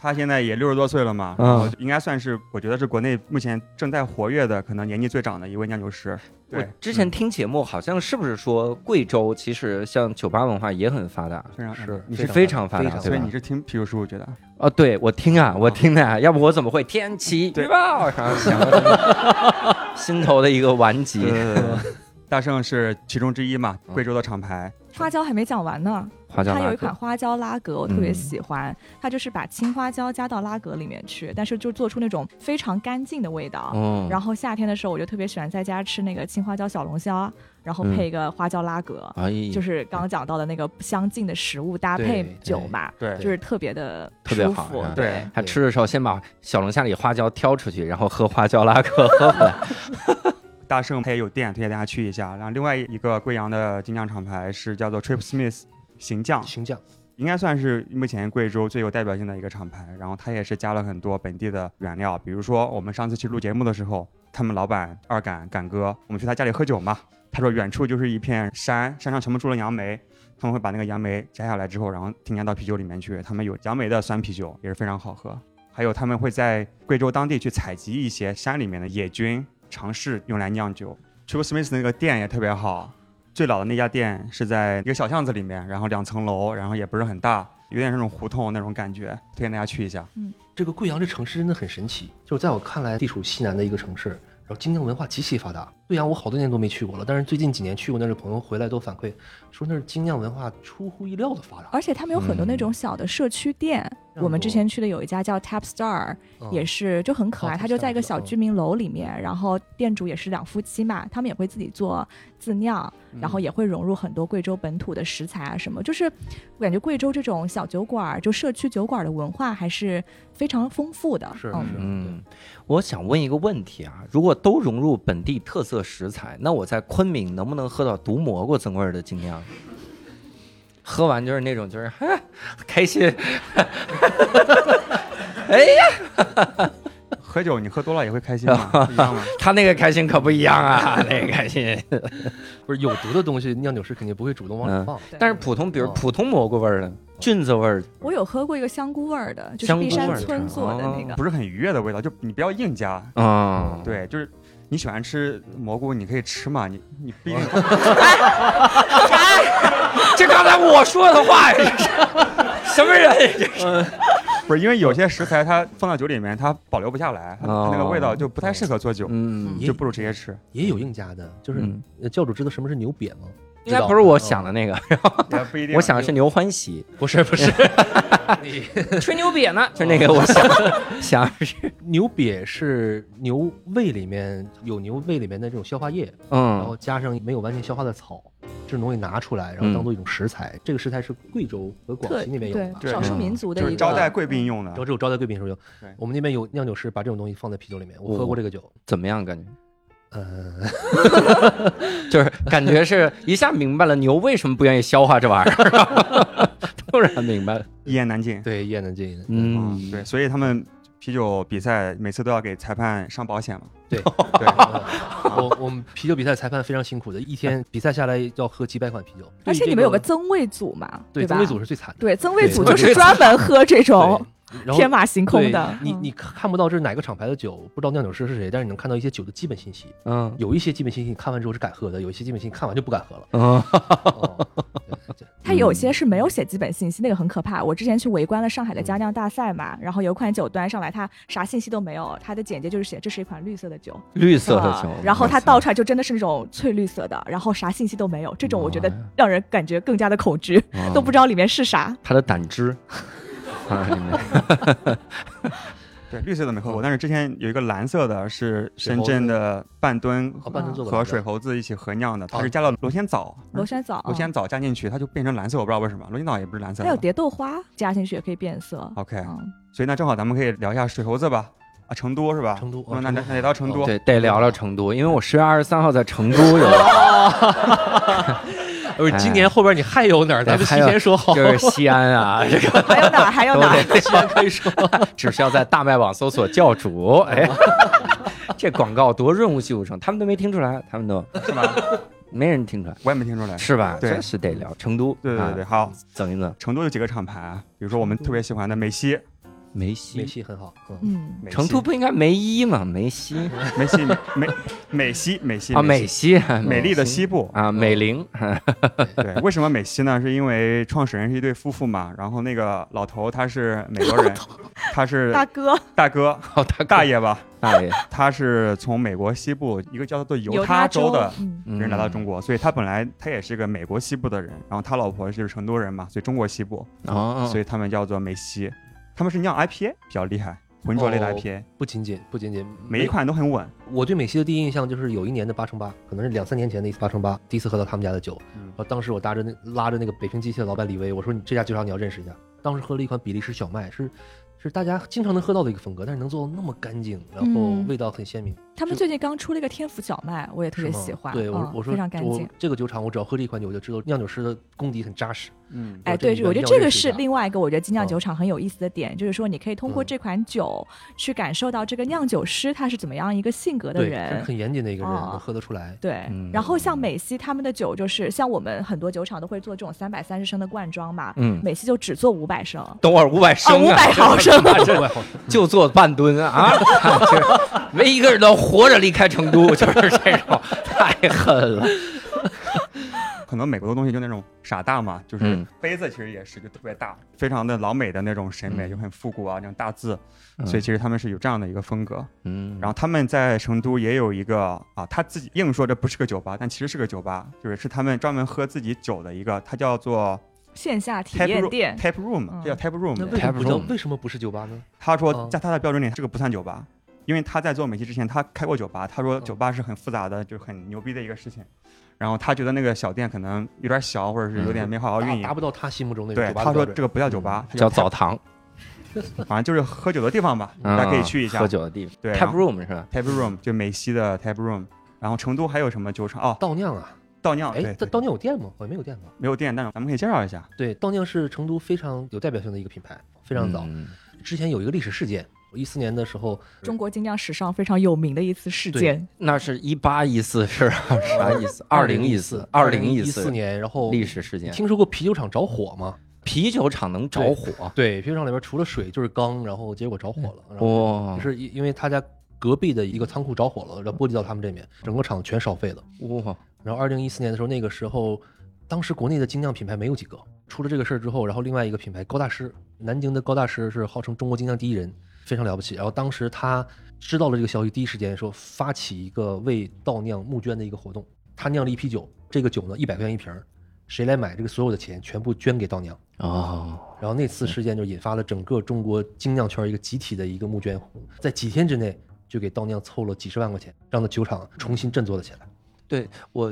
他现在也六十多岁了嘛，嗯然后应该算是我觉得是国内目前正在活跃的，可能年纪最长的一位酿酒师。我对，之前嗯听节目，好像是不是说贵州其实像酒吧文化也很发达？非常是你是是非常发非达，常所对以吧你？是听啤酒叔，我觉得哦，对，我听啊，我听的啊，要不我怎么会天气预对 [LAUGHS] 报？然后想到这个心头的一个顽疾。 [LAUGHS] 大圣是其中之一嘛，嗯贵州的厂牌，花椒还没讲完呢，花椒它有拉一格款。花椒拉格，我特别嗯喜欢，它就是把青花椒加到拉格里面去，但是就做出那种非常干净的味道。嗯，然后夏天的时候，我就特别喜欢在家吃那个青花椒小龙虾，然后嗯配一个花椒拉格，哎，就是刚刚讲到的那个相近的食物搭配对酒对嘛，对就是特别的特别舒好服是吧。对他吃的时候先把小龙虾里花椒挑出去，然后喝花椒拉格喝回来。大圣它也有店，推荐大家去一下。然后另外一个贵阳的精酿厂牌是叫做 Trip Smith 行将，行将，应该算是目前贵州最有代表性的一个厂牌。然后它也是加了很多本地的原料，比如说我们上次去录节目的时候，他们老板二杆杆哥，我们去他家里喝酒嘛，他说远处就是一片山，山上全部种了杨梅。他们会把那个杨梅摘下来之后，然后添加到啤酒里面去。他们有杨梅的酸啤酒，也是非常好喝。还有他们会在贵州当地去采集一些山里面的野菌，尝试用来酿酒。Triple Smith 那个店也特别好，最老的那家店是在一个小巷子里面，然后两层楼，然后也不是很大，有点那种胡同那种感觉，推荐大家去一下。这个贵阳这城市真的很神奇，就是在我看来，地处西南的一个城市，然后精酿文化极其发达。贵阳我好多年都没去过了，但是最近几年去过那儿的朋友回来都反馈说那儿精酿文化出乎意料的发达。而且他们有很多那种小的社区店，嗯我们之前去的有一家叫 Tap Star，、嗯也是就很可哦爱， ，Tap 它就在一个 Star，小嗯居民楼里面，然后店主也是两夫妻嘛，他们也会自己做自酿，嗯然后也会融入很多贵州本土的食材啊什么，就是我感觉贵州这种小酒馆儿，就社区酒馆儿的文化还是非常丰富的，是嗯是，嗯，我想问一个问题啊，如果都融入本地特色食材，那我在昆明能不能喝到毒蘑菇增味儿的精酿？喝完就是那种就是 [LAUGHS] 哈开心，喝酒你喝多了也会开心吗？ [LAUGHS] 不一样吗？他那个开心可不一样啊，那个开心。嗯不是有毒的东西，酿酒师肯定不会主动往嗯里放。对但是普通，比如哦普通蘑菇味儿的、菌子味儿，我有喝过一个香菇味儿的，就是香碧菇味山儿村的做的那个，不是很愉悦的味道，就你不要硬加。嗯，对，就是你喜欢吃蘑菇，你可以吃嘛，你你不一定。 [LAUGHS] 这刚才我说的话，这是什么人？这是不是因为有些食材它放到酒里面，它保留不下来，它哦它那个味道就不太适合做酒，嗯，就不如直接吃。也有硬加的，就是嗯呃教主知道什么是牛瘪吗？嗯应该不是我想的那个，也不一定。我想的是牛欢喜，不是不是， [LAUGHS] 吹牛瘪呢，就那个我 [LAUGHS] 想想的是，牛瘪是牛胃里面有牛胃里面的这种消化液，然嗯后加上没有完全消化的草，这种东西拿出来，然后当做一种食材。这个食材是贵州和广特西那边有嗯的吧？对少数民族的就一是个招待贵宾用的然后。这种招待贵宾的时候对用，我们那边有酿酒师把这种东西放在啤酒里面，我喝过这个酒，怎么样感觉？呃，就是感觉是一下明白了牛为什么不愿意消化这玩意儿， [LAUGHS] 突然明白了。一言难尽。对，一言难 [LAUGHS] 尽。嗯，对，，所以他们啤酒比赛每次都要给裁判上保险嘛。对，对，我我们啤酒比赛裁判非常辛苦的，一天比赛下来要喝几百款啤酒，而且对于这你们有个增味组嘛，对吧？增味组是最惨的，对增味对哦组增就味是专门喝这种对，然后天马行空对的。你嗯你看不到这是哪个厂牌的酒，不知道酿酒师是谁，但是你能看到一些酒的基本信息。嗯有一些基本信息你看完之后是敢喝的，有一些基本信息看完就不敢喝了。嗯，哦 [LAUGHS] 对对它有些是没有写基本信息，那个很可怕。我之前去围观了上海的佳酿大赛嘛，然后有款酒端上来，它啥信息都没有，它的简介就是写这是一款绿色的酒，绿色的酒啊，然后它倒出来就真的是那种翠绿色的，然后啥信息都没有，这种我觉得妈呀哦让人感觉更加的恐惧，都不知道道里面是啥。它嗯的胆 [LAUGHS] 汁。啊里面对，绿色的没嗯喝过，但是之前有一个蓝色的，是深圳的半吨哦，半吨做和水猴子一起合酿的，它哦是加了螺旋藻，嗯罗山枣，螺旋藻加进去，它就变成蓝色，我不知道为什么，螺旋藻也不是蓝色嗯还有的。蝶豆花加进去也可以变色。哦 OK，嗯所以那正好咱们可以聊一下水猴子吧，啊，成都是吧？成都那哦那成那都得到成都哦，对，得聊聊成都，因为我十月二十三号在成都有，对，不是哎今年后边你哎还有哪儿？咱们提前说好，就是西安啊，这个嗯还有哪儿？还有都哪儿？得西安可以说， [LAUGHS] 只是要在大麦网搜索教主， [LAUGHS] 哎，这广告多润物细无声，他们都没听出来，他们都是吧？没人听出来，我也没听出来。是吧？对真是得聊成都，对对对，啊，好，整一整，成都有几个厂牌啊，比如说我们特别喜欢的美西，梅西梅西很好，嗯，嗯，美成都西不应该梅一吗？梅西美西美美美西美西啊，美西西，美丽的嗯西部。啊，美玲，对， [LAUGHS] 为什么美西呢？是因为创始人是一对夫妇嘛，然后那个老头他是美国人，他是大哥，大哥好大大爷吧，大爷，他是从美国西部一个叫做犹犹他州州的 [LAUGHS] 嗯人来到中国，所以他本来他也是个美国西部的人，然后他老婆就是成都人嘛，所以中国西部，国哦，所以他们叫做美西，他们是酿 IPA 比较厉害，浑浊类的哦 IPA，不仅仅不仅仅每一款都很稳。我对美西的第一印象就是有一年的八乘八，可能是两三年前的一次八乘八，第一次喝到他们家的酒。嗯然后当时我搭着那拉着那个北平机器的老板李威，我说你这家酒厂你要认识一下。当时喝了一款比利时小麦，是是大家经常能喝到的一个风格，但是能做到那么干净，然后嗯味道很鲜明，他们最近刚出了一个天府小麦，我也特是别吗喜欢，对，我嗯我说非常干我净。这个酒厂我只要喝这一款酒，我就知道酿酒师的功底很扎实。嗯哎，我这对，里我边觉得要这认个识是一下另外一个我觉得精酿嗯酒厂很有意思的点，就是说你可以通过嗯这款酒去感受到这个酿酒师他是怎么样一个性格的对，是人。很严谨的一个人，哦能喝得出来。对，嗯然后像美西他们的酒，就是像我们很多酒厂都会做这种三百三十升的罐装嘛，嗯，美西就只做五百升，等会儿五百升啊， 500 [LAUGHS] 毫升这外好吃就做半吨啊， [LAUGHS] 就是没一个人能活着离开成都，就是这种，太狠了。可能美国的东西就那种傻大嘛，就是嗯杯子其实也是就特别大，非常的老美的那种审美，嗯就很复古啊，那种大字，[LAUGHS] 嗯所以其实他们是有这样的一个风格。嗯然后他们在成都也有一个啊，他自己硬说这不是个酒吧，但其实是个酒吧，就是是他们专门喝自己酒的一个，它叫做线下体 tap 验 room 店。 tap room，、嗯这叫 tap 那 room。为什么不叫 Tap room 为什么不是酒吧呢？他说哦在他的标准里，这个不算酒吧，因为他在做美琪之前，他开过酒吧，他说嗯酒吧是很复杂的，就很牛逼的一个事情。然后他觉得那个小店可能有点小，或者是有点没好好运嗯达营达。不到嗯他心目中那种对，酒吧他的说标这准。个不叫酒吧，它叫 tap- 澡堂，反正就是喝酒的地方吧，嗯大家可以去一下喝。酒的地方对然，tap 后 room 是吧？ tap room 就美西的 tap room，然后成都还有什么酒厂？哦，倒酿啊，倒酿，哎，对，倒对倒酿有店吗？好像没有店吧？没有店，但是咱们可以介绍一下。对，倒酿是成都非常有代表性的一个品牌，非常早。嗯之前有一个历史事件，一四年的时候，中国精酿史上非常有名的一次事对件，那是一八一 [LAUGHS] 四是吧啥意思？二零一四，二二零零一四四年，然后历史事件，听说过啤酒厂着火吗？啤酒厂能着火，对，啤酒厂里边除了水就是钢，然后结果着火了，然哦后哇就是因因为他家隔壁的一个仓库着火了，然后波及到他们这边，整个厂全烧废了。哇，然后二零一四年的时候，那个时候，当时国内的精酿品牌没有几个。出了这个事儿之后，然后另外一个品牌高大师，南京的高大师是号称中国精酿第一人，非常了不起。然后当时他知道了这个消息，第一时间说发起一个为倒酿募捐的一个活动，他酿了一批酒，这个酒呢一百块钱一瓶儿，谁来买这个所有的钱全部捐给倒酿。哦，然后那次事件就引发了整个中国精酿圈一个集体的一个募捐，在几天之内就给倒酿凑了几十万块钱，让那酒厂重新振作了起来。对我。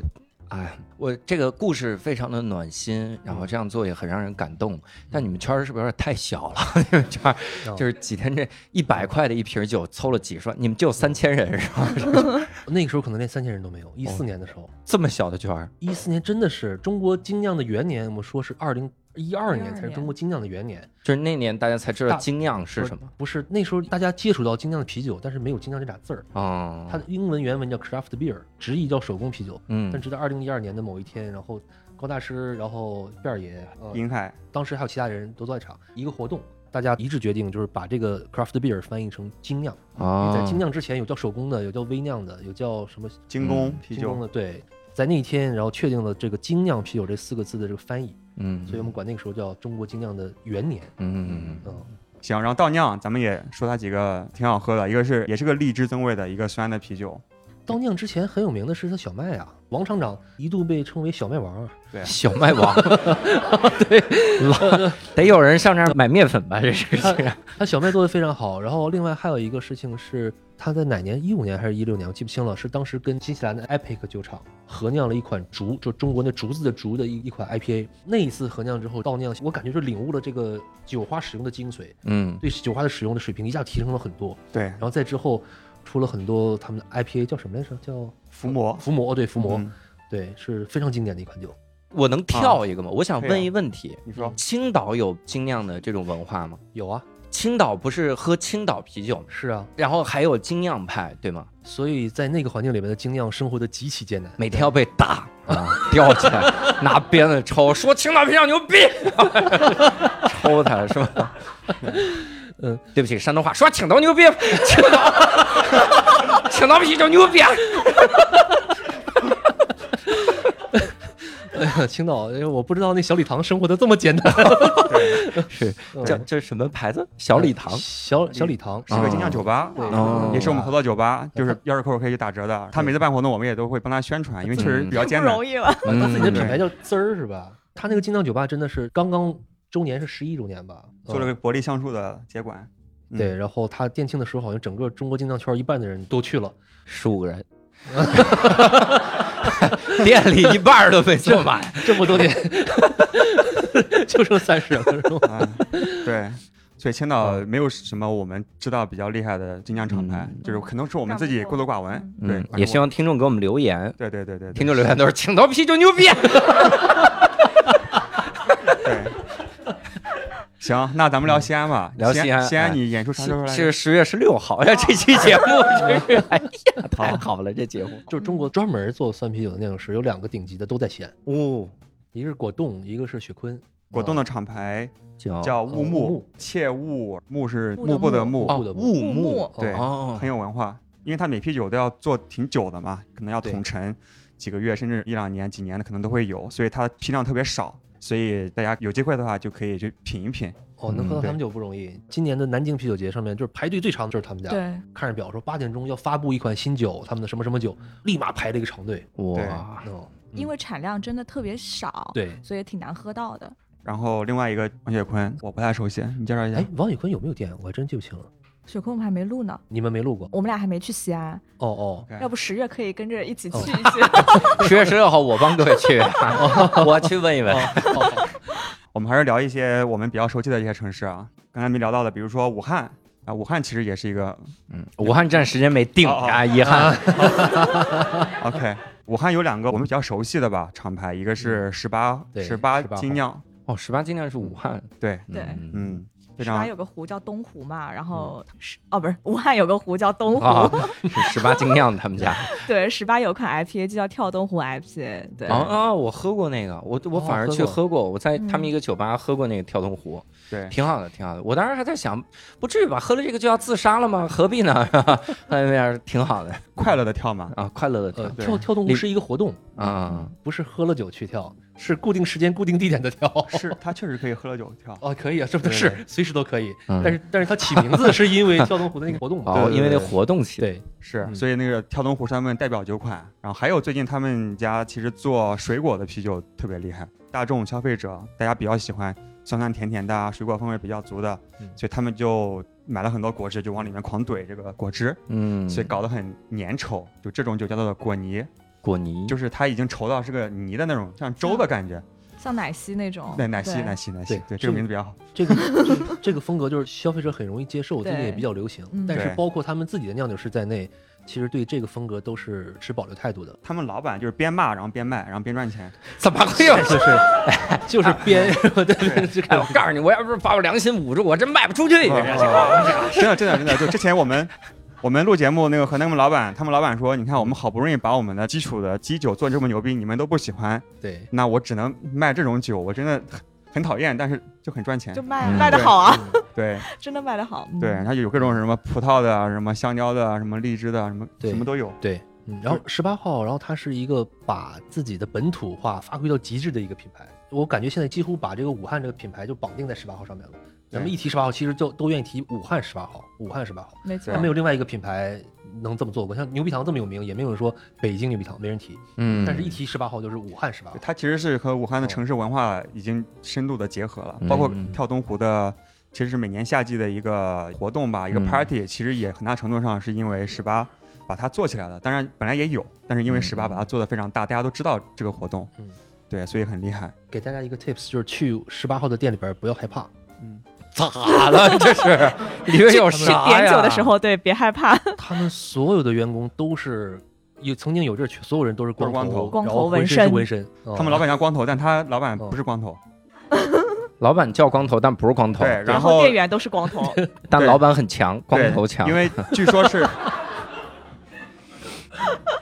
哎，我这个故事非常的暖心，然嗯后这样做也很让人感动。但你们圈儿是不是有点太小了？ [LAUGHS] 你们圈儿哦就是几天这一百块的一瓶酒凑了几十万，你们就三千人是吧？ [LAUGHS] 那个时候可能连三千人都没哦有，一四年的时候，这么小的圈儿，一四年真的是中国精酿的元年，我们说是二零一二年才是年中国精酿的元年，就是那年大家才知道大精酿是什么不是那时候大家接触到精酿的啤酒，但是没有精酿这俩字儿，哦，它的英文原文叫 craft beer，直译叫手工啤酒。但嗯直到二零一二年的某一天，然后高大师，然后辫儿爷，呃嗯银海，当时还有其他人都在场，一个活动，大家一致决定就是把这个 craft beer 翻译成精酿。因为在精哦，酿之前有叫手工的，有叫微酿的，有叫什么精工嗯啤精工酒，的。对，在那一天，然后确定了这个精酿啤酒这四个字的这个翻译，嗯，所以我们管那个时候叫中国精酿的元年。嗯嗯，行，然后倒酿，咱们也说它几个挺好喝的，一个是也是个荔枝增味的一个酸的啤酒，倒酿之前很有名的是他小麦啊，王厂长一度被称为小麦王啊。小麦王， [LAUGHS] 对，老得有人上这儿买面粉吧？这是呃他小麦做的非常好。然后另外还有一个事情是，他在哪年？一五年还是一六年？我记不清了。是当时跟新西兰的 Epic 酒厂合酿了一款竹，就中国那竹子的竹的一一款 IPA。那一次合酿之后，倒酿，我感觉是领悟了这个酒花使用的精髓，嗯对酒花的使用的水平一下提升了很多。对，然后在之后出了很多他们的 IPA，叫什么来着？叫伏魔，伏魔，对伏魔，嗯对，是非常经典的一款酒。我能跳一个吗？我想可问以啊一问题，你嗯说青岛有精酿的这种文化吗？有啊，青岛不是喝青岛啤酒吗？是啊，然后还有精酿派，对吗？所以在那个环境里面的精酿生活的极其艰难。每天要被打啊，吊起来， [LAUGHS] 拿鞭 [LAUGHS] 子抽，说青岛啤酒牛逼，抽他是吧？嗯，对不起，山东话说青岛牛逼， [LAUGHS] 青岛，青岛啤酒牛逼。哎呀，青岛，哎我不知道那小礼堂生活的这么简单。是嗯叫这什么牌子？小礼堂。 [LAUGHS] 小小礼堂，啊是个精酿酒吧，嗯对哦也是我们合作酒吧，就是钥匙扣可以打折的。他每次办活动，我们也都会帮他宣传，因为确嗯实比较 [LAUGHS] 不艰难。容易了。他自己的嗯品对牌叫滋儿是吧？他那个精酿酒吧真的是刚刚周年是十一周年吧？嗯做了个薄力橡树的接管，嗯对，然后他店庆的时候，好像整个中国精酿圈一半的人都去 [LAUGHS] 了。十五个人， [LAUGHS] 店里一半儿都没坐满。这么多年， [LAUGHS] 就剩三十人了，是吧？啊，对。所以青岛没有什么我们知道比较厉害的精酿厂嗯牌，就是可能是我们自己孤陋寡闻。对嗯，，也希望听众给我们留言，对对对对，听众留言都是青岛啤酒牛逼。啊对。行，那咱们聊西安吧。嗯聊西西安西哎安，你演出啥时候来着？是十月十六号，哎呀，这期节目真是，哎呀，太好了，这节目。就中国专门做酸啤酒的酿酒师有两个顶级的，都在西安，哦，一个是果冻，一个是雪坤。啊果冻的的厂牌叫叫雾雾木木，切勿木是木的幕布的木木，哦布的木雾木，对，哦，很有文化，因为他每批酒都要做挺久的嘛，可能要对统陈几个月，甚至一两年、几年的可能都会有，所以它批量特别少，所以大家有机会的话就可以去品一品。哦，能喝嗯到对他们酒不容易。今年的南京啤酒节上面，就是排队最长的就是他们家。对，看着表说八点钟要发布一款新酒，他们的什么什么酒，立马排了一个长队。哇，哦，嗯因为产量真的特别少，对，所以挺难喝到的。然后另外一个王雪坤，我不太熟悉，你介绍一下哎。，王宇坤有没有店？我还真记不清了。雪坤我们还没录呢，你们没录过？我们俩还没去西安，哦哦， OK 要不十月可以跟着一起去哦一去。十月十六号我帮各位去，我去问一问。我们还是聊一些我们比较熟悉的一些城市啊，刚才没聊到的，比如说武汉啊，武汉其实也是一个嗯，武汉站时间没定哦哦啊，遗憾。 OK。武汉有两个我们比较熟悉的吧厂牌，一个是十八对十八18精酿，哦，十八尽量是武汉，对，对嗯，嗯，非十八常嗯有个湖叫东湖嘛，然后是哦不是武汉有个湖叫东湖，啊，是十八精酿他们家。对，十八有款 IPA 就叫跳东湖 IPA，对，哦啊啊！我喝过那个，我我哦反而喝去过喝过，我在嗯他们一个酒吧喝过那个跳动壶，对，挺好的，挺好的。我当时还在想，不至于吧？喝了这个就要自杀了吗？何必呢？ [LAUGHS] 那样挺好的快乐的跳嘛，啊，快乐的跳呃，对跳跳动你物是一个活动，啊。不是喝了酒去跳，是固定时间、固定地点的跳。 [LAUGHS] 是他确实可以喝了酒跳。哦，可以啊，是不对是随时都可以？嗯但是但是它起名字是因为跳动湖的那个活动嘛？哦，对因为那对活动起对，是，嗯所以那个跳东湖是他们代表酒款，然后还有最近他们家其实做水果的啤酒特别厉害，大众消费者大家比较喜欢酸酸甜甜的啊，水果风味比较足的嗯，所以他们就买了很多果汁，就往里面狂怼这个果汁，嗯，所以搞得很粘稠，就这种酒叫做果泥，果泥就是它已经稠到是个泥的那种，像粥的感觉，像奶昔那种，奶奶昔对奶昔奶昔对，对这这个个名字比较好，这个这这个风格就是消费者很容易接受，最近也对比较流行嗯。但是对包括他们自己的酿酒师在内，其实对这个风格都是持保留态度的。他们老板就是边骂然后边卖，然后边赚钱，怎么会有？ [LAUGHS] 就是就是编，对对，这哎，我个告诉你，我要不是把我良心捂住，我真卖不出去。真的真的真的，就之前我们我们录节目那个和他们老板，他们老板说，你看我们好不容易把我们的基础的基酒做这么牛逼，你们都不喜欢，对。那我只能卖这种酒，我真的很很讨厌，但是就很赚钱就。卖嗯卖的好啊，对真的卖的好。嗯对，，它有各种什么葡萄的啊，什么香蕉的啊，什么荔枝的啊，什么对什么都有。对，嗯，然后十八号，然后它是一个把自己的本土化发挥到极致的一个品牌。我感觉现在几乎把这个武汉这个品牌就绑定在十八号上面了。咱们对一提十八号，其实就都愿意提武汉十八号，武汉十八号。没错啊它，没有另外一个品牌能这么做过，像牛皮糖这么有名，也没有人说北京牛皮糖，没人提。嗯但是一提十八号就是武汉十啊八号。它其实是和武汉的城市文化已经深度的结合了，哦嗯包括跳东湖的。其实是每年夏季的一个活动吧，一个嗯 party，、其实也很大程度上是因为十八把它做起来了。当然本来也有，但是因为嗯十八把它做得非常大，大家都知道这个活动，嗯对，所以很厉害。给大家一个 tips，就是去十八号的店里边不要害怕，嗯，咋了？这是里面有去啥呀？点酒的时候，对，别害怕， [LAUGHS] 他们所有的员工都是有曾经有这群，所有人都是都是光光头然光头后纹浑身身是纹身。哦他们老板叫光头，但他老板哦不是光头，老板叫光头，但不是光头，对，然后店员都是 [LAUGHS] 光头，但对老板很强，光头强。因 [LAUGHS] 为据说是，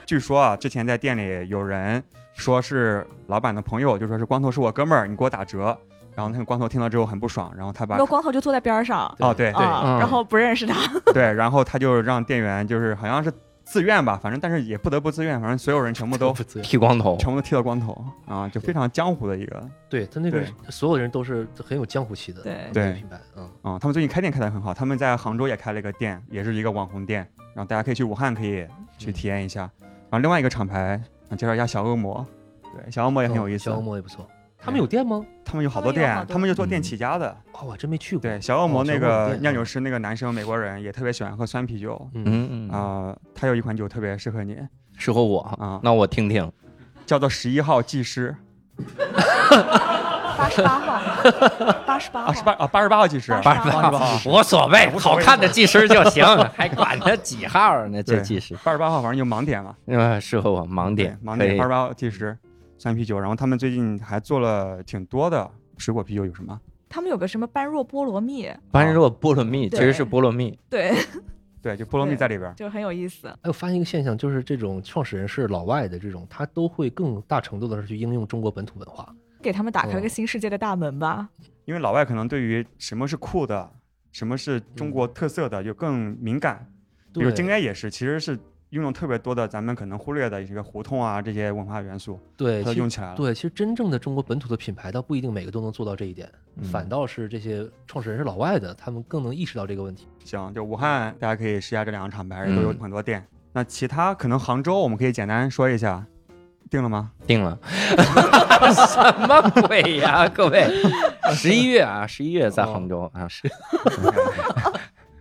据说啊，之前在店里有人说是老板的朋友，就说是光头是我哥们儿，你给我打折。然后那个光头听到之后很不爽，然后他把然后光头就坐在边儿上，哦对对啊，嗯然后不认识他， [LAUGHS] 对，然后他就让店员就是好像是自愿吧，反正但是也不得不自愿，反正所有人全部 [LAUGHS] 都 [LAUGHS] 不自愿剃光头，全部都剃了光头啊，就非常江湖的一个对他那个对所有人都是很有江湖气的，对对品牌，嗯，啊。他们最近开店开得很好，他们在杭州也开了一个店，也是一个网红店，然后大家可以去武汉可以去体验一下。然后另外一个厂牌，啊、介绍一下小恶魔，对，哦小恶魔也很有意思，消磨也不错。他们有店吗？他们有好他多们有店，好啊多他们就做嗯店起家的。哦，我还真没去过。对，小恶魔啊哦那小恶魔个店酿酒师那个男生美国人也特别喜欢喝酸啤酒嗯，嗯嗯啊，啊、他有一款酒特别适合你适合我啊那我听听。叫做十一号技师。八十八号，八十八啊，号，十八啊，八十八号技师， 88十八号，无所谓，无所好谓看的技师就行， [LAUGHS] 还管他几号呢？这对技师，八十八号，反正就盲点嘛，呃，适合我盲对点，盲可点，以八十八号技师，酸啤酒。然后他们最近还做了挺多的水果啤酒，有什么？他们有个什么般若波罗蜜，般若波罗蜜其对实是菠萝蜜，对， [LAUGHS] 对，就菠萝蜜对在里边儿。就很有意思。哎，我发现一个现象，就是这种创始人是老外的这种，他都会更大程度的去应用中国本土文化。给他们打开了哦个新世界的大门吧。因为老外可能对于什么是酷的，什么是中国特色的，就更敏感。比如对应该也是，其实是运用特别多的咱们可能忽略的一些胡同啊这些文化元素，它对，其都实用起来了。对，其实真正的中国本土的品牌，倒不一定每个都能做到这一点，嗯反倒是这些创始人是老外的，他们更能意识到这个问题。行，就武汉大家可以试一下这两个厂牌，都有嗯很多店。那其他可能杭州我们可以简单说一下，定了吗？定 [LAUGHS] 了。什么鬼 [LAUGHS] 呀，各位！十一月啊，十一月在杭州啊，是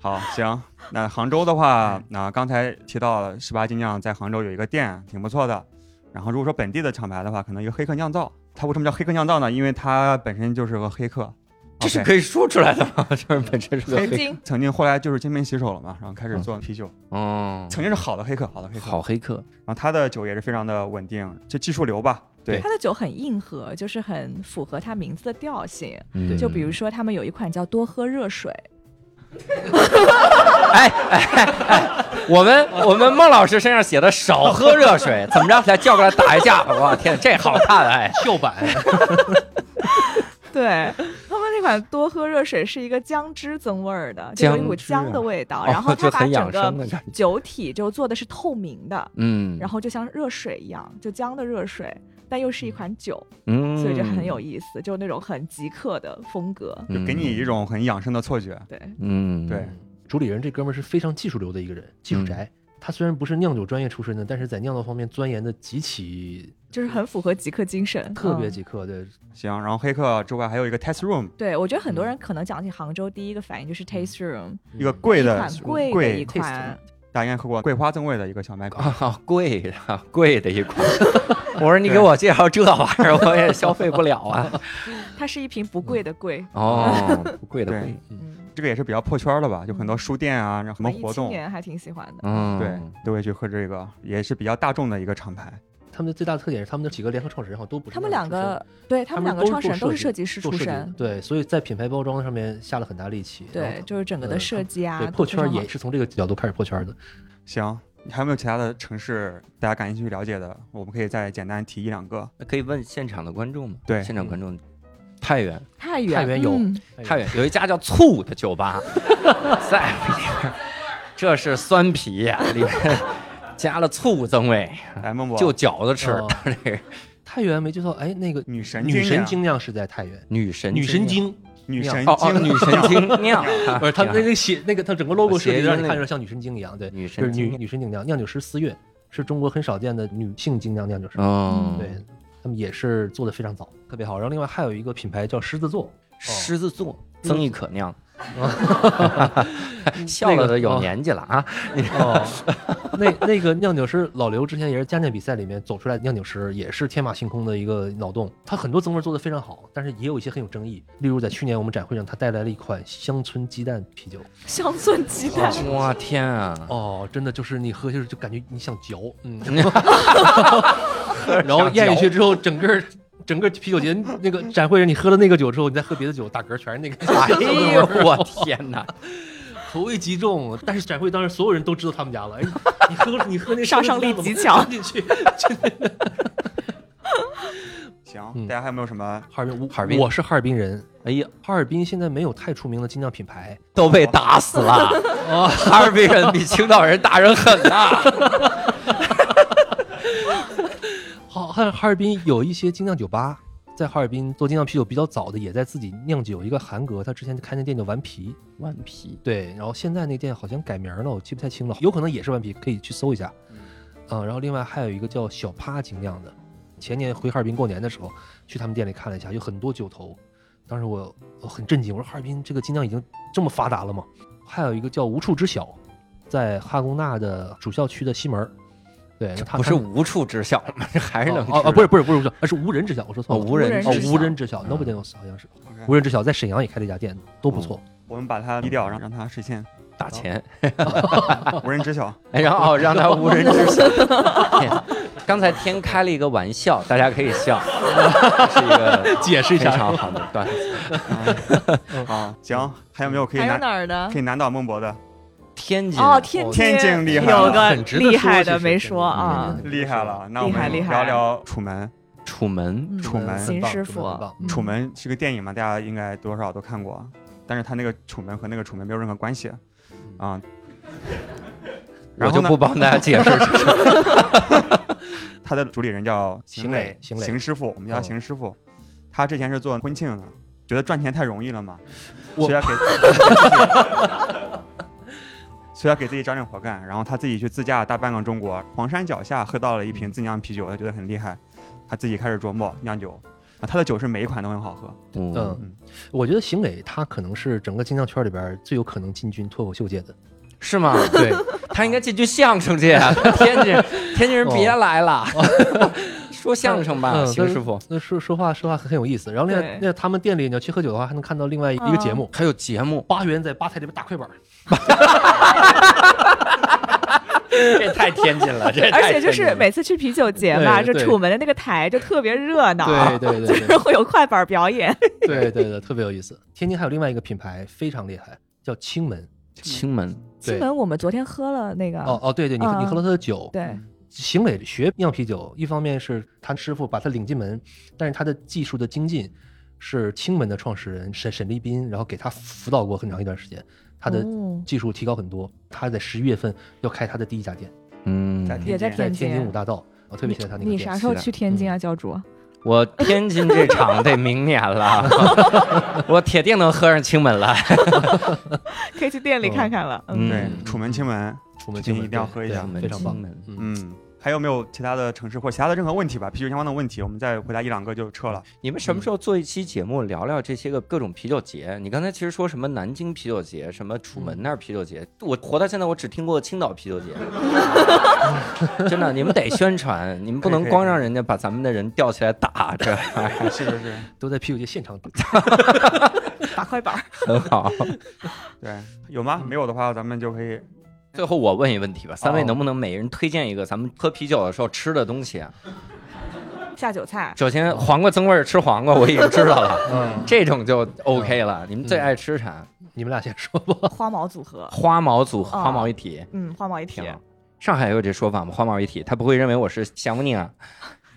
好，行。那杭州的话，那刚才提到了十八斤酿在杭州有一个店，挺不错的。然后如果说本地的厂牌的话，可能有黑客酿造。它为什么叫黑客酿造呢？因为它本身就是个黑客。这是 OK 可以说出来的吗？ [LAUGHS] 这本身是个黑曾经曾经后来就是金盆洗手了嘛，然后开始做啤酒。嗯，曾经是好的黑客，好的黑客。好黑客，然后它的酒也是非常的稳定，就技术流吧。对它的酒很硬核，就是很符合它名字的调性。嗯就比如说，他们有一款叫“多喝 [LAUGHS] 热水我们我们孟老师身上写的少喝热 [LAUGHS] 水，怎么着给他叫过来打一架？我天，这好看 [LAUGHS] 哎！跳板，”，对他们那款“多喝热水”是一个姜汁增味儿的，就有一股姜汁啊姜的味道。然后就它把很养整生的个感觉，酒体就做的是透明的，嗯，然后就像热水一样，就姜的热水，但又是一款酒，嗯，所以就很有意思，就那种很极客的风格。嗯，给你一种很养生的错觉。对，嗯，对主理人这哥们儿是非常技术流的一个人，技嗯术宅。他虽然不是酿酒专业出身的，但是在酿造方面钻研的极其就是很符合极客精神，特别嗯极刻的。行，然后黑客之外还有一个 test room，对，我觉得很嗯多人可能讲起杭州，第一个反应就是 taste room，嗯一个贵一的款贵的一贵，款，大家应该喝过桂花增味的一个小麦款。啊，贵的贵的一款。我说你给我介绍这玩意儿，我也消费不了啊。嗯它是一瓶不贵的贵。哦，不贵的贵对，嗯，这个也是比较破圈的吧，就很多书店啊，然后很多我活一七动，年还挺喜欢的。嗯，对，都会去喝这个，也是比较大众的一个厂牌。他们的最大的特点是，他们的几个联合创始人好像都不是他们酿酒两出身的个，对他他们们两个都创是始做人都是设设计计师做出设计的身，对，所以在品牌包装上面下了很大力气。然对，后就是整个的呃设计啊，对都破非常圈也好是从这个角度开始破圈的。行，你还有没有其他的城市大家感兴趣了解的？我们可以再简单提一两个。那可以问现场的观众吗？对现场观众，太原，太原太原有嗯太原有一家叫醋的酒吧，在里边，这是酸啤呀，里面加了醋增味，来，孟博，就饺子吃。 [LAUGHS] 哦这是太原没介绍，哎，那个女神女神精精酿是在太原，女神女神精精女神酿，哦哦，精女神精酿，啊 [LAUGHS] 不是他那个写那个他整个 logo 设计谐音让你那看个着像女神经一样，对， [LAUGHS] 女就是神女精，女神精酿酿酒师思月是中国很少见的女性精酿酿酒师，哦，对，他们也是做的非常早，特别好。然后另外还有一个品牌叫狮子座，狮子座，曾轶可酿。嗯笑了的有年纪了啊！哦，那那个酿酒师老刘之前也是家酿比赛里面走出来的酿酒师，也是天马行空的一个脑洞。他很多增味做得非常好，但是也有一些很有争议。例如在去年我们展会上，他带来了一款乡村鸡蛋啤酒。乡村鸡蛋，嗯我天啊！哦，真的就是你喝下去就感觉你想嚼，嗯， [LAUGHS] 然后咽下去之后，整个整个啤酒节那个展会上，你喝了那个酒之后，你再喝别的酒，打嗝全是那个。 [LAUGHS] 哎呦，我天哪！口味极重，但是展会当时所有人都知道他们家了。哎，你喝你喝那杀伤力极强进去，真的行嗯，大家还有没有什么？哈尔滨，我哈尔滨我是哈尔滨人。哎呀，哈尔滨现在没有太出名的精酿品牌，都被打死了！哈尔滨人比青岛人打人狠呐！哈哈哈尔滨有一些精酿酒吧，在哈尔滨做精酿啤酒比较早的，也在自己酿酒。一个韩哥，他之前开那店叫顽皮，顽皮，对，然后现在那店好像改名了，我记不太清了，有可能也是顽皮，可以去搜一下。嗯，然后另外还有一个叫小趴精酿的，前年回哈尔滨过年的时候，去他们店里看了一下，有很多酒头，当时我我很震惊，我说哈尔滨这个精酿已经这么发达了吗？还有一个叫无处知晓，在哈工大的主校区的西门儿，对，那他不是他无处知晓吗？这还是能哦哦，不是不是不是不是，那是无人知晓，我说哦错了，无人人哦知无晓人知晓嗯，nobody knows 好像是 OK 无人知晓，在沈阳也开了一家店，都不错。我们把它低调，让让它实 [LAUGHS] 现打钱，无人知 [LAUGHS] 晓。哎然后哦让他无人知晓。哎呀刚才天开了一个玩笑，大家可以笑，是一个解释非常好的段子。嗯好，行，还有没有可以还有难哪儿的可？以难倒孟博的？天津哦，天天津厉害有了个很值得厉说害其的实没真说的啊，厉害了，那我厉害们厉害聊聊楚门。楚门嗯楚门很秦棒师楚门很傅棒，嗯楚门是个电影嘛，大家应该多少都看过，但是他那个楚门和那个楚门没有任何关系嗯啊。我然就后呢不帮大家解释这个。他的主理人叫邢磊，邢磊邢师傅，我们叫他嗯邢师傅。他之前是做婚庆的，觉得赚钱太容易了嘛，我所以要给， [LAUGHS] 所以要给自己找点活干。然后他自己去自驾大半个中国，黄山脚下喝到了一瓶自酿啤酒，他觉得很厉害，他自己开始琢磨酿酒。啊，他的酒是每一款都很好喝，嗯，嗯，我觉得邢磊他可能是整个金像圈里边最有可能进军脱口秀界的。是吗？ [LAUGHS] 对，他应该进军相声界 [LAUGHS] 啊。天津，天津人别来了，哦 [LAUGHS] 说相声吧，嗯邢师傅。那说说话说话很很有意思。然后另外对，那他们店里你要去喝酒的话，还能看到另外一个节目，还有节目，八元在吧台里边打快板。这太天津了，这而太且就天津是了每次去啤酒节嘛，对就对楚门的那个台就特别热闹，对对对就是会有快板表演。 [LAUGHS] 对对对对，特别有意思。天津还有另外一个品牌非常厉害，叫青门。青门，对西门，我们昨天喝了那个，哦哦，对对，你喝你嗯喝了他的酒，对，邢磊学酿啤酒，一方面是他师傅把他领进门，但是他的技术的精进是青门的创始人沈沈立斌，然后给他辅导过很长一段时间，他的哦技术提高很多。他在十一月份要开他的第一家店，嗯在天也在津在天天津津五。大道，我特别期待他那个你啥店。时候期待去天津啊，教主？ [LAUGHS] 我天津这场得明年了， [LAUGHS] 我铁定能喝上青门了。可以去店里看看了。嗯， [LAUGHS] 对，楚门亲门，出门这青个门一定要对喝一下对非常棒。门嗯，嗯，还有没有其他的城市或其他的任何问题吧？啤酒相关的问题，我们再回答一两个就撤了。你们什么时候做一期节目聊聊这些个各种啤酒节？你刚才其实说什么南京啤酒节，什么楚门那儿啤酒节，我活到现在我只听过青岛啤酒节。真的，你们得宣传，你们不能可以光可以让人家把咱们的人吊起来打，这玩意儿是是是，都在啤酒节现场打。打快板儿， [LAUGHS] 很好。对，有吗？没有的话，咱们就可以最后我问一个问题吧，三位哦能不能每人推荐一个咱们喝啤酒的时候吃的东西啊？下酒菜，首先，黄瓜增味儿吃黄瓜，我已经知道了， [LAUGHS] 嗯，这种就 OK 了。你们最爱吃啥？ [LAUGHS] 你们俩先说吧。花毛组合，花毛组合，花毛一体。嗯，花毛一体挺，好。啊上海也有这说法吗？花毛一体，他不会认为我是想你啊？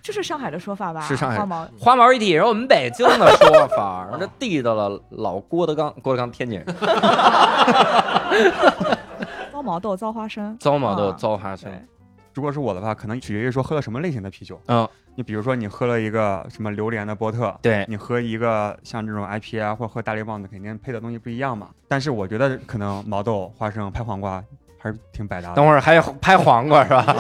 就是上海的说法吧？是上海花毛， [LAUGHS] 花毛一体是我们北京的说 [LAUGHS] 法，这地道了老郭德纲，郭德纲天津 [LAUGHS] 人，糟毛豆、糟花生，糟毛豆啊糟花生对，如果是我的话，可能取决于说喝了什么类型的啤酒。嗯，你比如说，你喝了一个什么榴莲的波特，对，你喝一个像这种 IPA 啊或者喝大力棒子，肯定配的东西不一样嘛。但是我觉得可能毛豆、花生、拍黄瓜还是挺百搭的等。会儿还有拍黄瓜是吧？ [LAUGHS]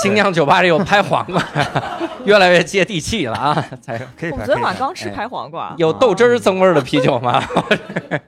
精酿酒吧里有拍黄瓜， [LAUGHS] 越来越接地气了啊！才哎可以我们拍，可昨以天晚上拍刚吃哎拍黄瓜，有豆汁儿增味儿的啤酒 [LAUGHS] 吗？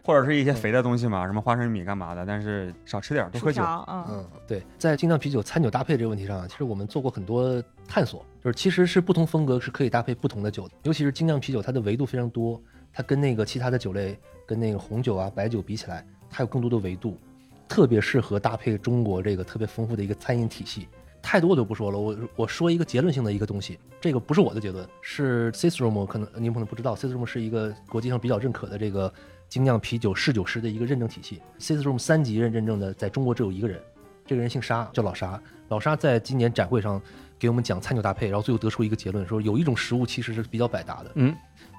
或者是一些肥的东西嘛，什么花生米干嘛的，但是少吃点儿，多薯喝酒。条，嗯，嗯，对，在精酿啤酒餐酒搭配这个问题上啊，其实我们做过很多探索，就是其实是不同风格是可以搭配不同的酒的，尤其是精酿啤酒，它的维度非常多，它跟那个其他的酒类，跟那个红酒啊、白酒比起来，它有更多的维度，特别适合搭配中国这个特别丰富的一个餐饮体系。太多我就不说了，我我说一个结论性的一个东西，这个不是我的结论，是 Cicerum，可能您可能不知道，Cicerum 是一个国际上比较认可的这个精酿啤酒侍酒师的一个认证体系，Cicerum 三级认认证的，在中国只有一个人，这个人姓沙，叫老沙。老沙在今年展会上给我们讲餐酒搭配，然后最后得出一个结论，说有一种食物其实是比较百搭的，嗯，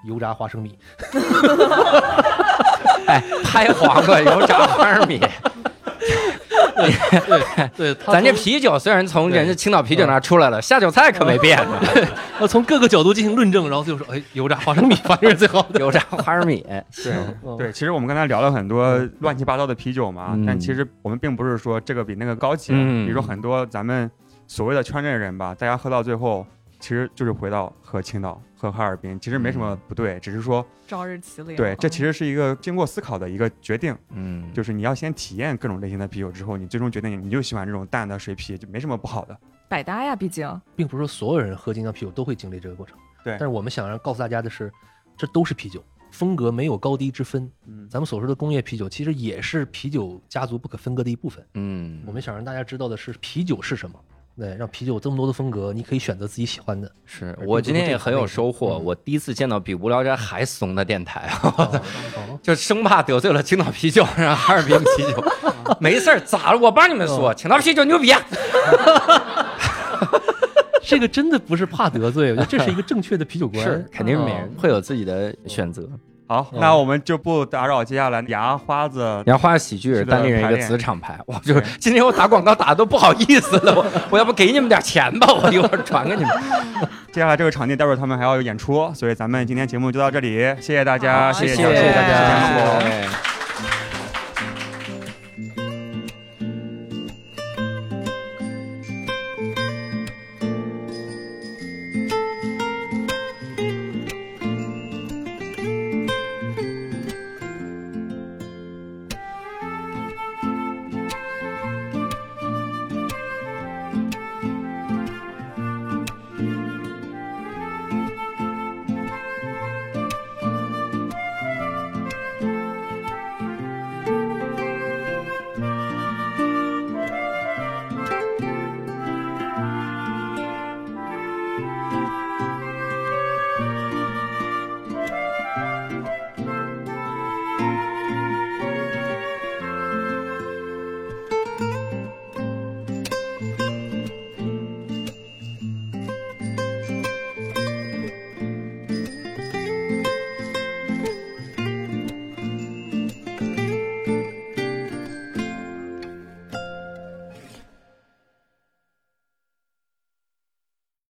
油炸花生米。哎，拍黄瓜油炸花 [LAUGHS] 生米，对对，他咱这从啤酒虽然从人家青岛啤酒那儿出来了，下酒菜可没变呢。要从各个角度进行论证，然后最后说，哎，油炸花生米反正是最好的。油炸花生米，对哦嗯对，其实我们刚才聊了很多乱七八糟的啤酒嘛，嗯但其实我们并不是说这个比那个高级。嗯比如说很多咱们所谓的圈内人吧，大家喝到最后，其实就是回到喝青岛、喝哈尔滨，其实没什嗯么不对，只是说朝日麒麟。嗯对，这其实是一个经过思考的一个决定，啊嗯，就是你要先体验各种类型的啤酒之后，你最终决定你就喜欢这种淡的水啤，就没什么不好的。百搭呀，毕竟并不是说所有人喝精酿啤酒都会经历这个过程。对但是我们想让告诉大家的是，这都是啤酒，风格没有高低之分。嗯，咱们所说的工业啤酒，其实也是啤酒家族不可分割的一部分。嗯我们想让大家知道的是，啤酒是什么。对，让啤酒这么多的风格，你可以选择自己喜欢 [LAUGHS] 的。是而我今并不是天也这很方有面收获，嗯我第一次见到比无聊斋还怂的电台，啊哦 [LAUGHS] 就生怕得罪了青岛啤酒，让哈尔滨啤 [LAUGHS] 酒，没事儿，咋了？我帮你们说，青岛啤酒牛逼，啊这个真的不是怕得罪，我觉得这是一个正确的啤酒观。是肯定是没哦人会有自己的选择。好，哦嗯那我们就不打扰接下来牙花子。然后花喜剧是是的单立人一个子厂牌，我就是今天我打广告打的都不好意思了，我我要不给你们点钱吧，我一会儿传给你们。接下来这个场地待会儿他们还要有演出，所以咱们今天节目就到这里，谢谢大家，好谢谢蒋谢璐大家谢谢谢谢孟博谢谢